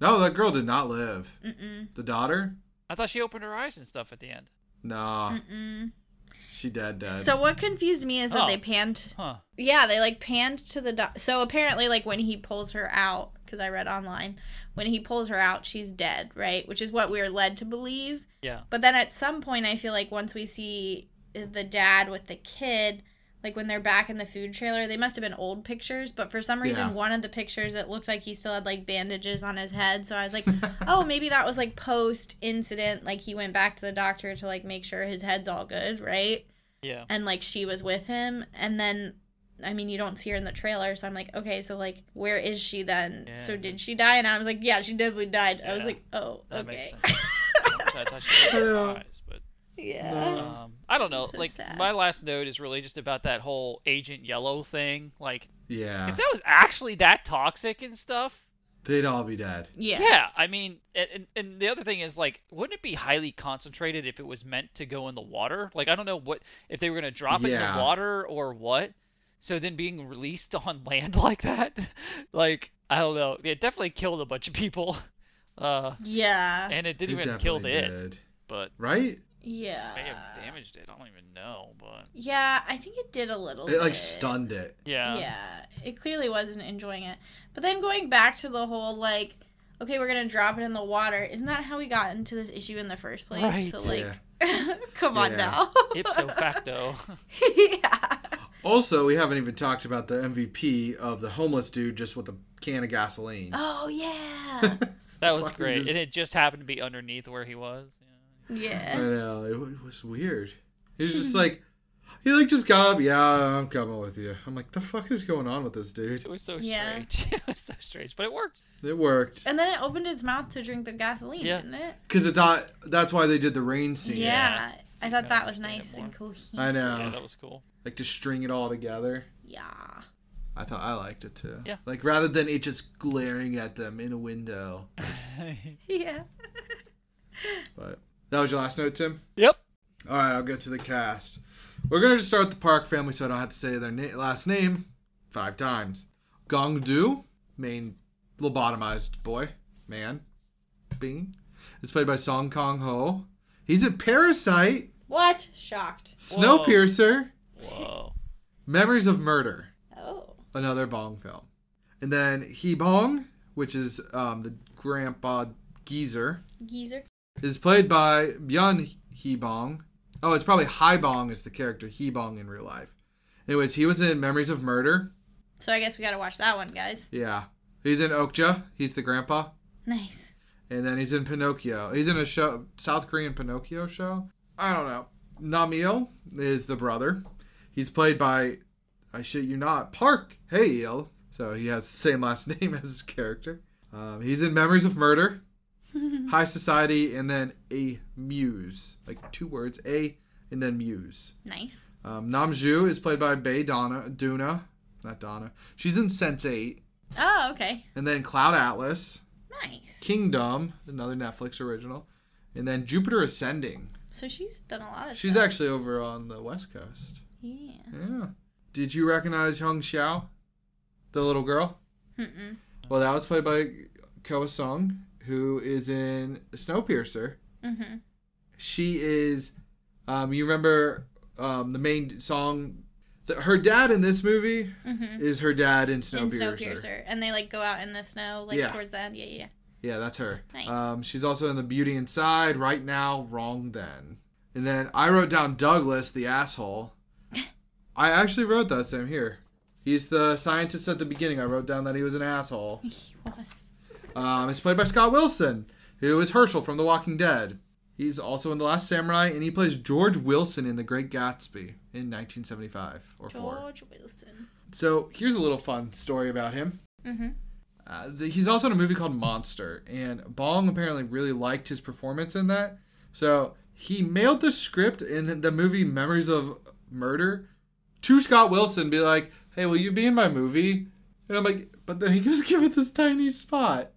Speaker 3: No, that girl did not live.
Speaker 4: Mm-mm.
Speaker 3: The daughter?
Speaker 2: I thought she opened her eyes and stuff at the end.
Speaker 3: Nah,
Speaker 4: Mm-mm.
Speaker 3: she dead dead.
Speaker 4: So what confused me is that
Speaker 2: Oh.
Speaker 4: they panned.
Speaker 2: Huh.
Speaker 4: Yeah, they like panned to the. Do- so apparently, like when he pulls her out, because I read online, when he pulls her out, she's dead, right? Which is what we are led to believe.
Speaker 2: Yeah.
Speaker 4: But then at some point, I feel like once we see the dad with the kid, like when they're back in the food trailer, they must have been old pictures. But for some reason,
Speaker 3: Yeah.
Speaker 4: one of the pictures, it looked like he still had like bandages on his head. So I was like, oh, maybe that was like post incident. Like he went back to the doctor to like make sure his head's all good, right?
Speaker 2: Yeah.
Speaker 4: And like she was with him. And then. I mean, you don't see her in the trailer, so I'm like, okay, so like, where is she then?
Speaker 2: Yeah.
Speaker 4: So did she die? And I was like, yeah, she definitely died. I was
Speaker 2: Yeah.
Speaker 4: like, oh,
Speaker 2: That
Speaker 4: okay,
Speaker 2: makes sense.
Speaker 4: <laughs>
Speaker 2: I thought she opened her
Speaker 3: Yeah.
Speaker 2: eyes, but
Speaker 4: yeah.
Speaker 2: Um, I don't know.
Speaker 4: So
Speaker 2: like
Speaker 4: sad.
Speaker 2: my last note is really just about that whole Agent Yellow thing. Like
Speaker 3: yeah,
Speaker 2: if that was actually that toxic and stuff,
Speaker 3: they'd all be dead.
Speaker 4: Yeah.
Speaker 2: yeah. I mean, and, and- and the other thing is like, wouldn't it be highly concentrated if it was meant to go in the water? Like I don't know what if they were gonna drop it in
Speaker 3: Yeah.
Speaker 2: the water or what. So then being released <laughs> on land like that, like I don't know. It definitely killed a bunch of people. <laughs> Uh,
Speaker 4: Yeah.
Speaker 2: and it didn't even kill the
Speaker 3: definitely
Speaker 2: it,
Speaker 3: did.
Speaker 2: but
Speaker 3: Right?
Speaker 4: Yeah.
Speaker 2: may have damaged it. I don't even know, but
Speaker 4: Yeah, I think it did a little
Speaker 3: It like
Speaker 4: bit.
Speaker 3: stunned it.
Speaker 2: yeah.
Speaker 4: Yeah. It clearly wasn't enjoying it. But then going back to the whole like okay, we're going to drop it in the water. Isn't that how we got into this issue in the first place?
Speaker 2: Right.
Speaker 4: So like
Speaker 3: Yeah.
Speaker 4: <laughs> come on
Speaker 3: Yeah.
Speaker 4: now.
Speaker 2: Ipso facto.
Speaker 4: <laughs>
Speaker 2: <laughs>
Speaker 4: yeah.
Speaker 3: Also, we haven't even talked about the MVP of the homeless dude just with a can of gasoline. <laughs>
Speaker 4: Oh yeah.
Speaker 2: That was
Speaker 3: Fucking
Speaker 2: great.
Speaker 3: just-
Speaker 2: And it just happened to be underneath where he was.
Speaker 3: I
Speaker 4: yeah. Hmm.
Speaker 3: know it, wa- it was weird. He was just like, he like just got up. Yeah, I'm coming with you. I'm like, the fuck is going on with this dude?
Speaker 2: It was so
Speaker 4: Yeah.
Speaker 2: strange. <laughs> it was so strange, but it worked.
Speaker 3: It worked
Speaker 4: And then it opened its mouth to drink the gasoline,
Speaker 2: Yeah.
Speaker 4: didn't it?
Speaker 3: because it thought that's why they did the rain scene.
Speaker 4: Yeah. I
Speaker 2: you
Speaker 4: thought
Speaker 2: kinda
Speaker 4: that was
Speaker 2: understand it
Speaker 4: nice and cohesive.
Speaker 3: I know.
Speaker 2: Yeah,
Speaker 3: Oh.
Speaker 2: that was
Speaker 4: <laughs>
Speaker 2: cool.
Speaker 3: like to string it all together.
Speaker 4: Yeah. <laughs>
Speaker 3: I thought I liked it too.
Speaker 2: Yeah.
Speaker 3: Like rather than it just glaring at them in a window.
Speaker 4: Yeah.
Speaker 3: But that was your last note, Tim.
Speaker 2: yep.
Speaker 3: All right, I'll get to the cast. We're gonna just start with the Park family, so I don't have to say their na- last name five times. Gong Du, main lobotomized boy, man, being, is played by Song Kong Ho. He's in Parasite,
Speaker 4: What? Shocked.
Speaker 3: Snowpiercer,
Speaker 2: Whoa.
Speaker 3: Memories of Murder,
Speaker 4: Oh.
Speaker 3: another Bong film, and then He Bong, which is um, the grandpa geezer,
Speaker 4: Geezer.
Speaker 3: is played by Byun He Bong. Oh, it's probably Hai Bong is the character He Bong in real life. Anyways, he was in Memories of Murder.
Speaker 4: So I guess we gotta watch that one, guys.
Speaker 3: Yeah. He's in Okja. He's the grandpa.
Speaker 4: Nice.
Speaker 3: And then he's in Pinocchio. He's in a show, South Korean Pinocchio show. I don't know. Namil is the brother. He's played by, I shit you not, Park Hae-il. So he has the same last <laughs> name as his character. Um, he's in Memories of Murder, High Society, and then a muse. Like two words, a and then muse.
Speaker 4: Nice.
Speaker 3: Um, Namju is played by Bae Donna, Duna, not Donna. She's in Sense8.
Speaker 4: Oh, okay.
Speaker 3: And then Cloud Atlas.
Speaker 4: Nice.
Speaker 3: Kingdom, another Netflix original, and then Jupiter Ascending.
Speaker 4: So she's done a lot of
Speaker 3: She's
Speaker 4: stuff.
Speaker 3: actually over on the West Coast.
Speaker 4: Yeah.
Speaker 3: Yeah. Did you recognize Hong Xiao, the little girl?
Speaker 4: Mm-mm.
Speaker 3: Well, that was played by Koa Sung, who is in Snowpiercer.
Speaker 4: Mm-hmm.
Speaker 3: She is, um, you remember um, the main song. The, her dad in this movie
Speaker 4: Mm-hmm.
Speaker 3: is her dad in
Speaker 4: And
Speaker 3: Snowpiercer.
Speaker 4: Snowpiercer. And they like go out in the snow like
Speaker 3: Yeah.
Speaker 4: towards the end. Yeah, yeah, yeah.
Speaker 3: Yeah, that's her.
Speaker 4: Nice.
Speaker 3: Um, she's also in The Beauty Inside, Right Now, Wrong Then. And then I wrote down Douglas, the
Speaker 4: <laughs>
Speaker 3: asshole. I actually wrote that, Sam, here. He's the scientist at the beginning. I wrote down that he was an asshole.
Speaker 4: <laughs> He was.
Speaker 3: Um, it's played by Scott Wilson, who is Herschel from The Walking Dead. He's also in The Last Samurai, and he plays George Wilson in The Great Gatsby in 1975 or 4.
Speaker 4: George Wilson.
Speaker 3: So here's a little fun story about him.
Speaker 4: Mm-hmm.
Speaker 3: Uh, the, he's also in a movie called Monster, and Bong apparently really liked his performance in that. So he mailed the script in the movie Memories of Murder to Scott Wilson, be like, "Hey, will you be in my movie?" And I'm like, but then he <laughs> just give it this tiny spot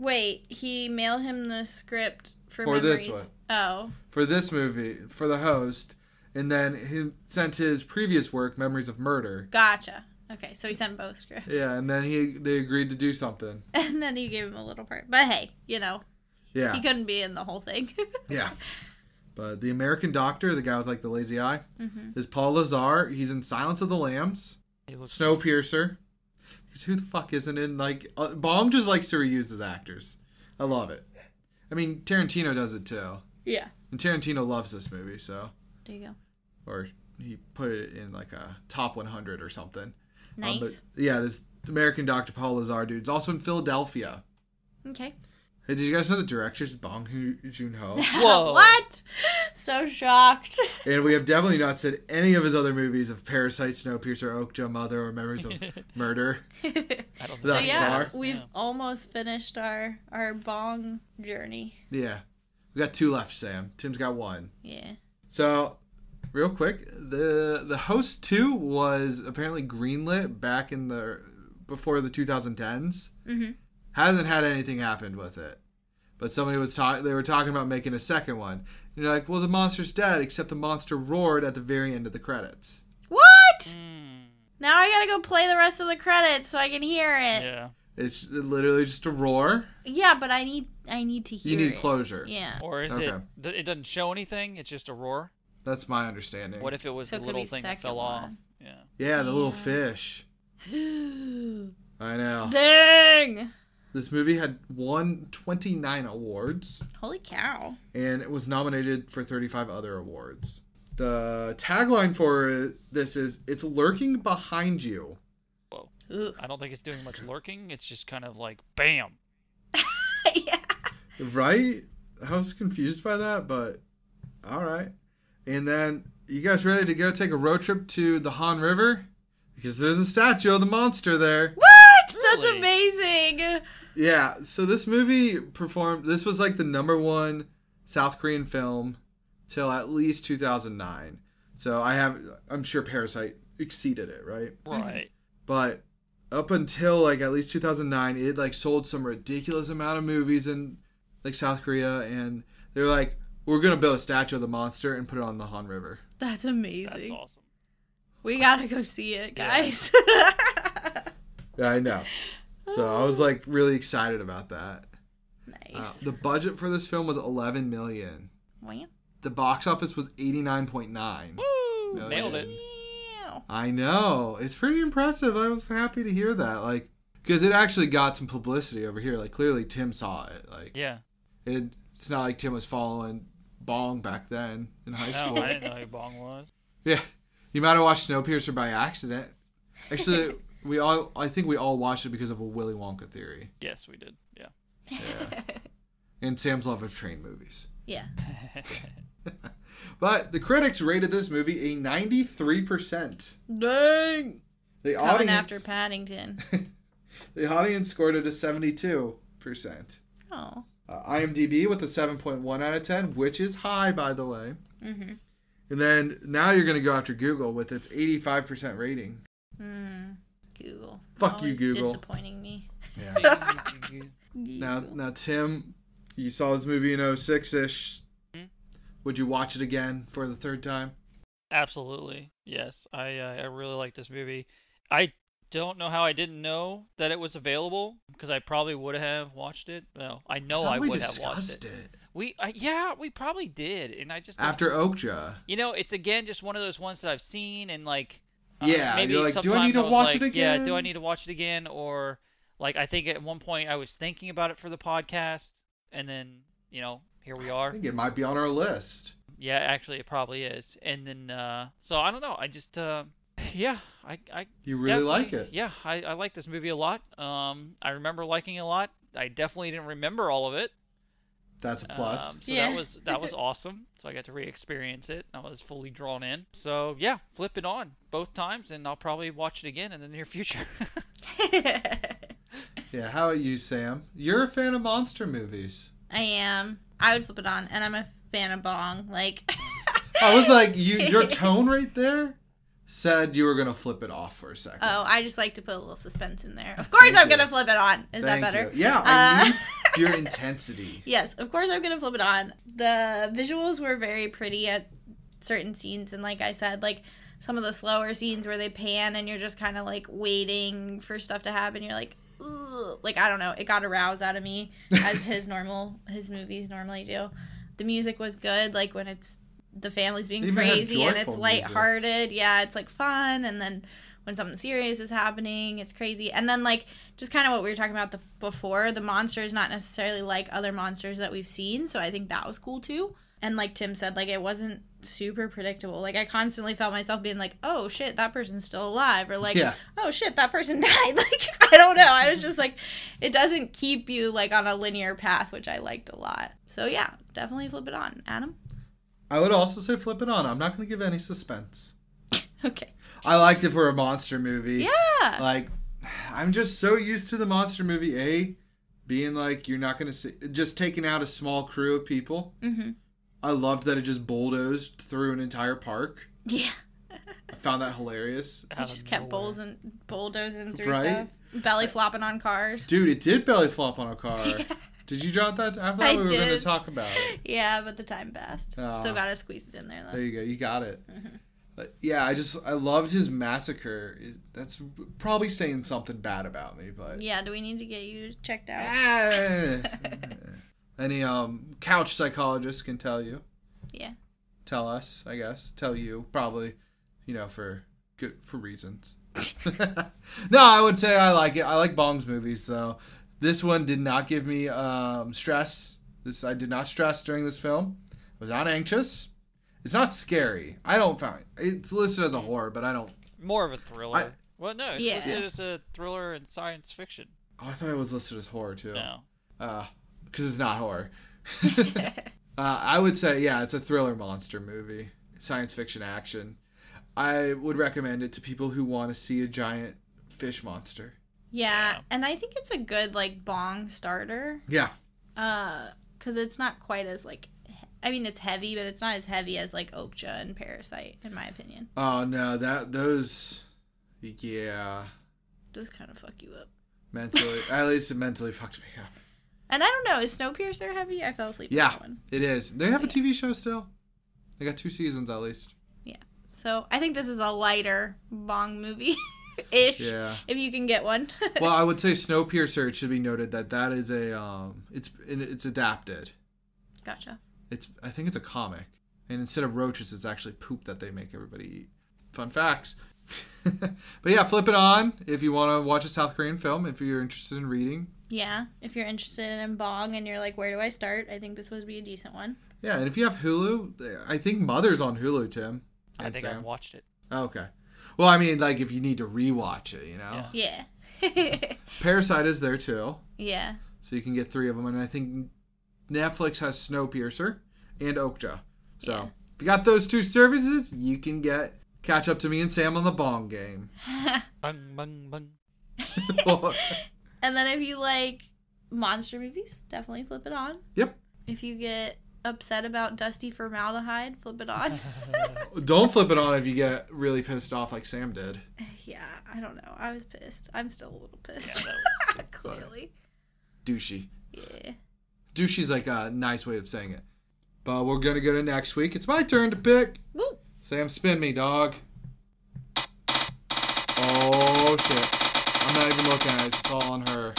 Speaker 4: Wait, he mailed him the script for,
Speaker 3: For
Speaker 4: memories.
Speaker 3: this one.
Speaker 4: Oh.
Speaker 3: for this movie for the host, and then he sent his previous work, Memories of Murder.
Speaker 4: Gotcha. Okay, so he sent both scripts.
Speaker 3: Yeah, and then he they agreed to do something.
Speaker 4: <laughs> And then he gave him a little part. But hey, you know,
Speaker 3: Yeah,
Speaker 4: he couldn't be in the whole thing. <laughs>
Speaker 3: Yeah. But the American Doctor, the guy with like the lazy eye, is Paul Lazar. He's in Silence of the Lambs,
Speaker 2: He looks
Speaker 3: Snowpiercer. Because who the fuck isn't in like uh, Bong just likes to reuse his actors. I love it. I mean Tarantino does it too,
Speaker 4: yeah.
Speaker 3: and Tarantino loves this movie. So
Speaker 4: There
Speaker 3: Um,
Speaker 4: you go.
Speaker 3: or he put it in like a top 100 or something. Um,
Speaker 4: Nice.
Speaker 3: but yeah, this American Doctor Paul Lazar dude's also in Philadelphia.
Speaker 4: Okay. <laughs>
Speaker 3: Hey, did you guys know the director's Bong Joon Ho?
Speaker 2: Whoa.
Speaker 4: what? So shocked. <laughs>
Speaker 3: And we have definitely not said any of his other movies of Parasite, Snowpiercer, Oakja, Mother, or Memories of Murder.
Speaker 4: so
Speaker 2: I don't think
Speaker 3: So
Speaker 2: that's
Speaker 4: yeah,
Speaker 2: ours.
Speaker 4: we've
Speaker 2: Yeah.
Speaker 4: almost finished our our bong journey.
Speaker 3: Yeah. We got two left, Sam. Tim's got one.
Speaker 4: Yeah.
Speaker 3: So, real quick, the the host two was apparently greenlit back in the before the 2010s.
Speaker 4: Mhm.
Speaker 3: Hasn't had anything happened with it, but somebody was talking. They were talking about making a second one. And you're like, well, the monster's dead, except the monster roared at the very end of the credits.
Speaker 4: What?
Speaker 2: Mm,
Speaker 4: Now I gotta go play the rest of the credits so I can hear it. Yeah,
Speaker 2: yeah.
Speaker 3: It's literally just a roar.
Speaker 4: but I need I need to
Speaker 3: You
Speaker 4: hear.
Speaker 3: need
Speaker 4: it.
Speaker 3: closure.
Speaker 4: Yeah.
Speaker 2: Or is it?
Speaker 3: Okay.
Speaker 2: th- It doesn't show anything. It's just a roar.
Speaker 3: That's my understanding.
Speaker 2: What if it was
Speaker 4: So it
Speaker 2: the
Speaker 4: could
Speaker 2: little
Speaker 4: be
Speaker 2: thing that
Speaker 4: second
Speaker 2: fell off?
Speaker 4: one.
Speaker 2: Yeah.
Speaker 3: yeah, the little
Speaker 4: Yeah.
Speaker 3: fish.
Speaker 4: <gasps> <laughs>
Speaker 3: I know.
Speaker 4: Dang!
Speaker 3: This movie had won 29 awards
Speaker 4: Holy cow!
Speaker 3: and it was nominated for 35 other awards. The tagline for this is It's lurking behind you.
Speaker 4: Ooh.
Speaker 2: I don't think it's doing much lurking. It's just kind of like bam.
Speaker 4: <laughs> yeah.
Speaker 3: Right? I was confused by that, but all right. And then, you guys ready to go take a road trip to the Han River? Because there's a statue of the monster there.
Speaker 4: What? That's
Speaker 2: Really?
Speaker 4: amazing.
Speaker 3: Yeah, so this movie performed. This was like the number one South Korean film till at least 2009. So I have, I'm sure Parasite exceeded it, right?
Speaker 2: Right.
Speaker 3: But up until like at least 2009, it like sold some ridiculous amount of movies in like South Korea, and they're like, we're gonna build a statue of the monster and put it on the Han River.
Speaker 4: That's amazing.
Speaker 2: That's awesome.
Speaker 4: We gotta go see it,
Speaker 2: Yeah.
Speaker 4: guys. <laughs>
Speaker 3: Yeah, I know. So I was like really excited about that. Uh,
Speaker 4: nice.
Speaker 3: the budget for this film was 11 million.
Speaker 4: <laughs> Wham.
Speaker 3: The box office was 89.9.
Speaker 2: Woo!
Speaker 3: Oh,
Speaker 2: Nailed
Speaker 3: yeah.
Speaker 2: it.
Speaker 4: Meow.
Speaker 3: I know. It's pretty impressive. I was happy to hear that. Like, because it actually got some publicity over here. Like, clearly Tim saw it. Like,
Speaker 2: Yeah.
Speaker 3: it, it's not like Tim was following Bong back then in high <laughs>
Speaker 2: No,
Speaker 3: school.
Speaker 2: Oh, I didn't know who Bong was.
Speaker 3: Yeah. You might have watched Snowpiercer by accident.
Speaker 2: <laughs>
Speaker 3: Actually, we all, I think we all watched it because of a Willy Wonka theory
Speaker 2: Yes, we did. Yeah.
Speaker 3: and Sam's love of train movies.
Speaker 4: Yeah.
Speaker 3: <laughs> But the critics rated this movie a 93%.
Speaker 4: Dang.
Speaker 3: The
Speaker 4: Coming
Speaker 3: audience,
Speaker 4: after <laughs> Paddington.
Speaker 3: the audience scored it a 72%.
Speaker 4: Oh.
Speaker 3: Uh, IMDb with a 7.1 out of 10, which is high, by the way.
Speaker 4: Mm-hmm.
Speaker 3: And then now you're going to go after Google with its 85% rating.
Speaker 4: Mm. Google.
Speaker 3: Fuck you, Google.
Speaker 4: Disappointing me.
Speaker 3: Yeah. <laughs>
Speaker 4: <laughs>
Speaker 3: Now, now, Tim, you saw this movie in 06 ish.
Speaker 2: Mhm.
Speaker 3: Would you watch it again for the third time?
Speaker 2: <laughs> Absolutely. Yes. I uh, I really like this movie. I don't know how I didn't know that it was available because I probably would have watched it. No, I know
Speaker 3: Thought
Speaker 2: I
Speaker 3: we
Speaker 2: would have watched
Speaker 3: discussed
Speaker 2: it. We I, yeah, we probably did, and I just don't-
Speaker 3: after Okja.
Speaker 2: you know it's again just one of those ones that I've seen and like uh,
Speaker 3: Yeah,
Speaker 2: maybe
Speaker 3: you're like, do I
Speaker 2: sometime
Speaker 3: need to
Speaker 2: was
Speaker 3: watch
Speaker 2: like,
Speaker 3: it
Speaker 2: Yeah,
Speaker 3: again?
Speaker 2: do I need to watch it again or like I think at one point I was thinking about it for the podcast and then you know here we
Speaker 3: I
Speaker 2: are.
Speaker 3: think it might be on our list.
Speaker 2: Yeah, actually, it probably is. And then, uh, so I don't know. I just, uh, <sighs> yeah, I, I
Speaker 3: You really like
Speaker 2: definitely-
Speaker 3: it.
Speaker 2: Yeah, I, I like this movie a lot. Um, I remember liking it a lot. I definitely didn't remember all of it.
Speaker 3: That's a plus.
Speaker 2: Um, so
Speaker 4: Yeah.
Speaker 2: that was that
Speaker 4: <laughs>
Speaker 2: was awesome. So I got to re-experience it. I was fully drawn in. So yeah, flip it on both times, and I'll probably watch it again in the near future. <laughs>
Speaker 3: yeah. How about you, Sam? You're a fan of monster movies.
Speaker 4: I am. I would flip it on, and I'm a fan of Bong. Like,
Speaker 3: I was like, you.
Speaker 4: <laughs>
Speaker 3: Your tone right there said you were gonna flip it off for a second.
Speaker 4: oh, I just like to put a little suspense in there.
Speaker 3: <laughs>
Speaker 4: Of course,
Speaker 3: Thank
Speaker 4: I'm
Speaker 3: you.
Speaker 4: gonna flip it on. Is
Speaker 3: Thank
Speaker 4: that better?
Speaker 3: You. Yeah, I
Speaker 4: Uh, <laughs>
Speaker 3: need your intensity.
Speaker 4: Yes, of course I'm gonna flip it on. The visuals were very pretty at certain scenes, and like I said, like some of the slower scenes where they pan and you're just kind of like waiting for stuff to happen. You're like, Ugh. like I don't know. It got a rouse out of me as
Speaker 3: <laughs>
Speaker 4: his normal his movies normally do. The music was good, like when it's the family's being
Speaker 3: They even had
Speaker 4: crazy and it's
Speaker 3: joyful music.
Speaker 4: lighthearted. Yeah, it's like fun, and then when something serious is happening, it's crazy. And then like just kind of what we were talking about the, before, the monster is not necessarily like other monsters that we've seen, so I think that was cool too. And like Tim said, like it wasn't super predictable. Like I constantly felt myself being like, "Oh shit, that person's still alive," or like,
Speaker 3: yeah,
Speaker 4: "Oh shit, that person <laughs> died." Like I don't know. I was just like, it doesn't keep you like on a linear path, which I liked a lot. So yeah, definitely flip it on, Adam. <laughs>
Speaker 3: I would also say flip it on. I'm not gonna give any suspense.
Speaker 4: Okay.
Speaker 3: I liked it for a monster movie.
Speaker 4: Yeah.
Speaker 3: Like, I'm just so used to the monster movie A being like you're not gonna see just taking out a small crew of people.
Speaker 4: Mm-hmm.
Speaker 3: I loved that it just bulldozed through an entire park.
Speaker 4: Yeah.
Speaker 3: I found that hilarious.
Speaker 4: He just kept bowls and bulldozing through
Speaker 3: Right?
Speaker 4: stuff, belly flopping on cars.
Speaker 3: Dude, it did belly flop on a
Speaker 4: <laughs>
Speaker 3: car. Did you drop that? I thought
Speaker 4: I
Speaker 3: we were gonna
Speaker 4: did.
Speaker 3: talk about it.
Speaker 4: <laughs> Yeah, but the time passed.
Speaker 3: Aw.
Speaker 4: Still gotta squeeze it in there
Speaker 3: There
Speaker 4: though.
Speaker 3: you go. You got it.
Speaker 4: Uh-huh.
Speaker 3: But yeah, I just I loved his massacre. It- That's probably saying something bad about me, but
Speaker 4: Yeah. Do we need to get you
Speaker 3: <laughs>
Speaker 4: checked out?
Speaker 3: Ah.
Speaker 4: <laughs>
Speaker 3: any um couch psychologist can tell you.
Speaker 4: Yeah.
Speaker 3: Tell us, I guess. Tell you probably, you know, for good for reasons. <laughs> no, I would say I like it. I like Bong's movies though. This one did not give me um stress. This I did not stress during this film. I was not anxious. It's not scary. I don't find it's listed as a horror, but I don't.
Speaker 2: More of a thriller. well, no, it's
Speaker 4: Yeah.
Speaker 2: listed as a thriller and science fiction.
Speaker 3: Oh, I thought it was listed as horror too.
Speaker 2: No.
Speaker 3: because Uh, it's not
Speaker 4: <laughs>
Speaker 3: horror. <laughs> uh, I would say, yeah, it's a thriller monster movie, science fiction action. I would recommend it to people who want to see a giant fish monster.
Speaker 4: Yeah.
Speaker 2: Yeah.
Speaker 4: And I think it's a good like bong starter.
Speaker 3: Yeah,
Speaker 4: Uh, cause it's not quite as like, he- I mean it's heavy, but it's not as heavy as like Okja and Parasite, in my opinion.
Speaker 3: Oh no, that those, yeah,
Speaker 4: Those kind of fuck you up. <laughs>
Speaker 3: mentally. at least it mentally fucked me up.
Speaker 4: And I don't know, is Snowpiercer heavy? I fell asleep. on
Speaker 3: Yeah,
Speaker 4: that one.
Speaker 3: it is. They have a TV show still. They got two seasons at least.
Speaker 4: So I think this is a lighter bong movie, ish.
Speaker 3: Yeah.
Speaker 4: If you can get one. <laughs>
Speaker 3: Well, I would say Snowpiercer. It should be noted that that is a um, it's it's adapted.
Speaker 4: gotcha.
Speaker 3: It's I think it's a comic, and instead of roaches, it's actually poop that they make everybody eat. Fun facts. <laughs> but yeah, flip it on if you want to watch a South Korean film. If you're interested in reading,
Speaker 4: Yeah. If you're interested in bong and you're like, where do I start? I think this would be a decent one.
Speaker 3: yeah, and if you have Hulu, I think Mother's on Hulu, Tim.
Speaker 2: I
Speaker 3: and
Speaker 2: think I
Speaker 3: Sam.
Speaker 2: watched it.
Speaker 3: Oh, okay. Well, I mean, like if you need to rewatch it, you know,
Speaker 2: Yeah.
Speaker 4: Yeah. <laughs>
Speaker 3: Parasite is there too,
Speaker 4: yeah.
Speaker 3: so you can get three of them. And I think Netflix has Snowpiercer and Okja. So
Speaker 4: Yeah.
Speaker 3: if you got those two services, you can get catch up to me and Sam on the Bong game.
Speaker 2: Bung, bung, bung.
Speaker 4: And then if you like monster movies, definitely flip it on.
Speaker 3: <laughs> Yep.
Speaker 4: If you get upset about dusty formaldehyde, flip it <laughs> on.
Speaker 3: Don't flip it on if you get really pissed off like Sam did.
Speaker 4: <laughs> yeah, I don't know. I was pissed. I'm still a little
Speaker 2: Yeah,
Speaker 4: pissed.
Speaker 2: that
Speaker 4: Clearly.
Speaker 3: douchey.
Speaker 4: Yeah.
Speaker 3: Douchey's like a nice way of saying it. But we're gonna go to next week. It's my turn to pick.
Speaker 4: Woo.
Speaker 3: Sam, spin me, dog. Oh shit! I'm not even looking at it. It's all on her.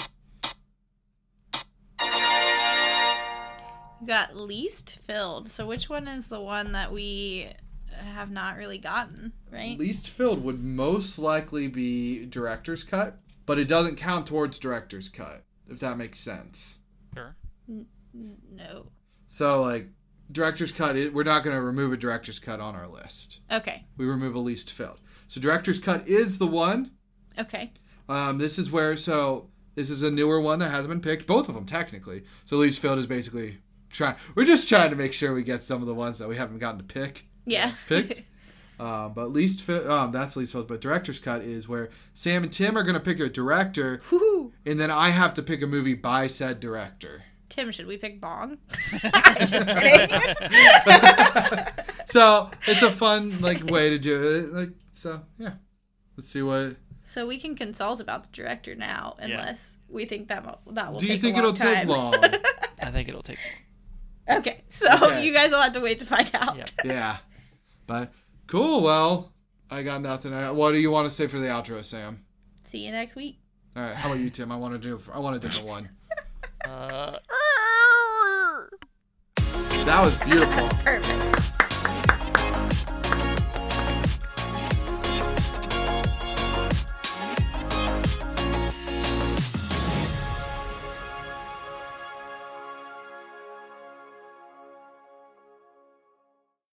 Speaker 4: You got least filled. So which one is the one that we have not really gotten, right?
Speaker 3: Least filled would most likely be director's cut, but it doesn't count towards director's cut, if that makes sense.
Speaker 2: Sure.
Speaker 4: no.
Speaker 3: So, like, director's cut, i- we're not going to remove a director's cut on our list.
Speaker 4: Okay.
Speaker 3: We remove a least filled. So, director's cut is the one.
Speaker 4: Okay.
Speaker 3: Um, this is where, so, this is a newer one that hasn't been picked. Both of them, technically. So, least filled is basically try. We're just trying to make sure we get some of the ones that we haven't gotten to pick.
Speaker 4: Yeah. <laughs>
Speaker 3: picked. Um, but least fi- um, that's least filled. But director's cut is where Sam and Tim are gonna pick a director,
Speaker 4: Woo.
Speaker 3: and then I have to pick a movie by said director.
Speaker 4: Tim, should we pick Bong? Just kidding.
Speaker 3: So it's a fun like way to do it. Like so, yeah. Let's see what.
Speaker 4: so we can consult about the director now,
Speaker 2: Yeah.
Speaker 4: unless we think that mo- that will.
Speaker 3: do you
Speaker 4: take a
Speaker 3: think
Speaker 4: long
Speaker 3: it'll
Speaker 4: time.
Speaker 3: take long?
Speaker 2: I think it'll take.
Speaker 4: Okay, so
Speaker 3: Okay.
Speaker 4: you guys will have to wait to find out. <laughs>
Speaker 2: Yeah.
Speaker 3: yeah. But cool. Well, I got nothing. I- What do you want to say for the outro, Sam?
Speaker 4: See you next week.
Speaker 3: All right. How about you, Tim? I want to do. I want a different one.
Speaker 2: Uh,
Speaker 4: <laughs>
Speaker 3: That was beautiful.
Speaker 4: Perfect.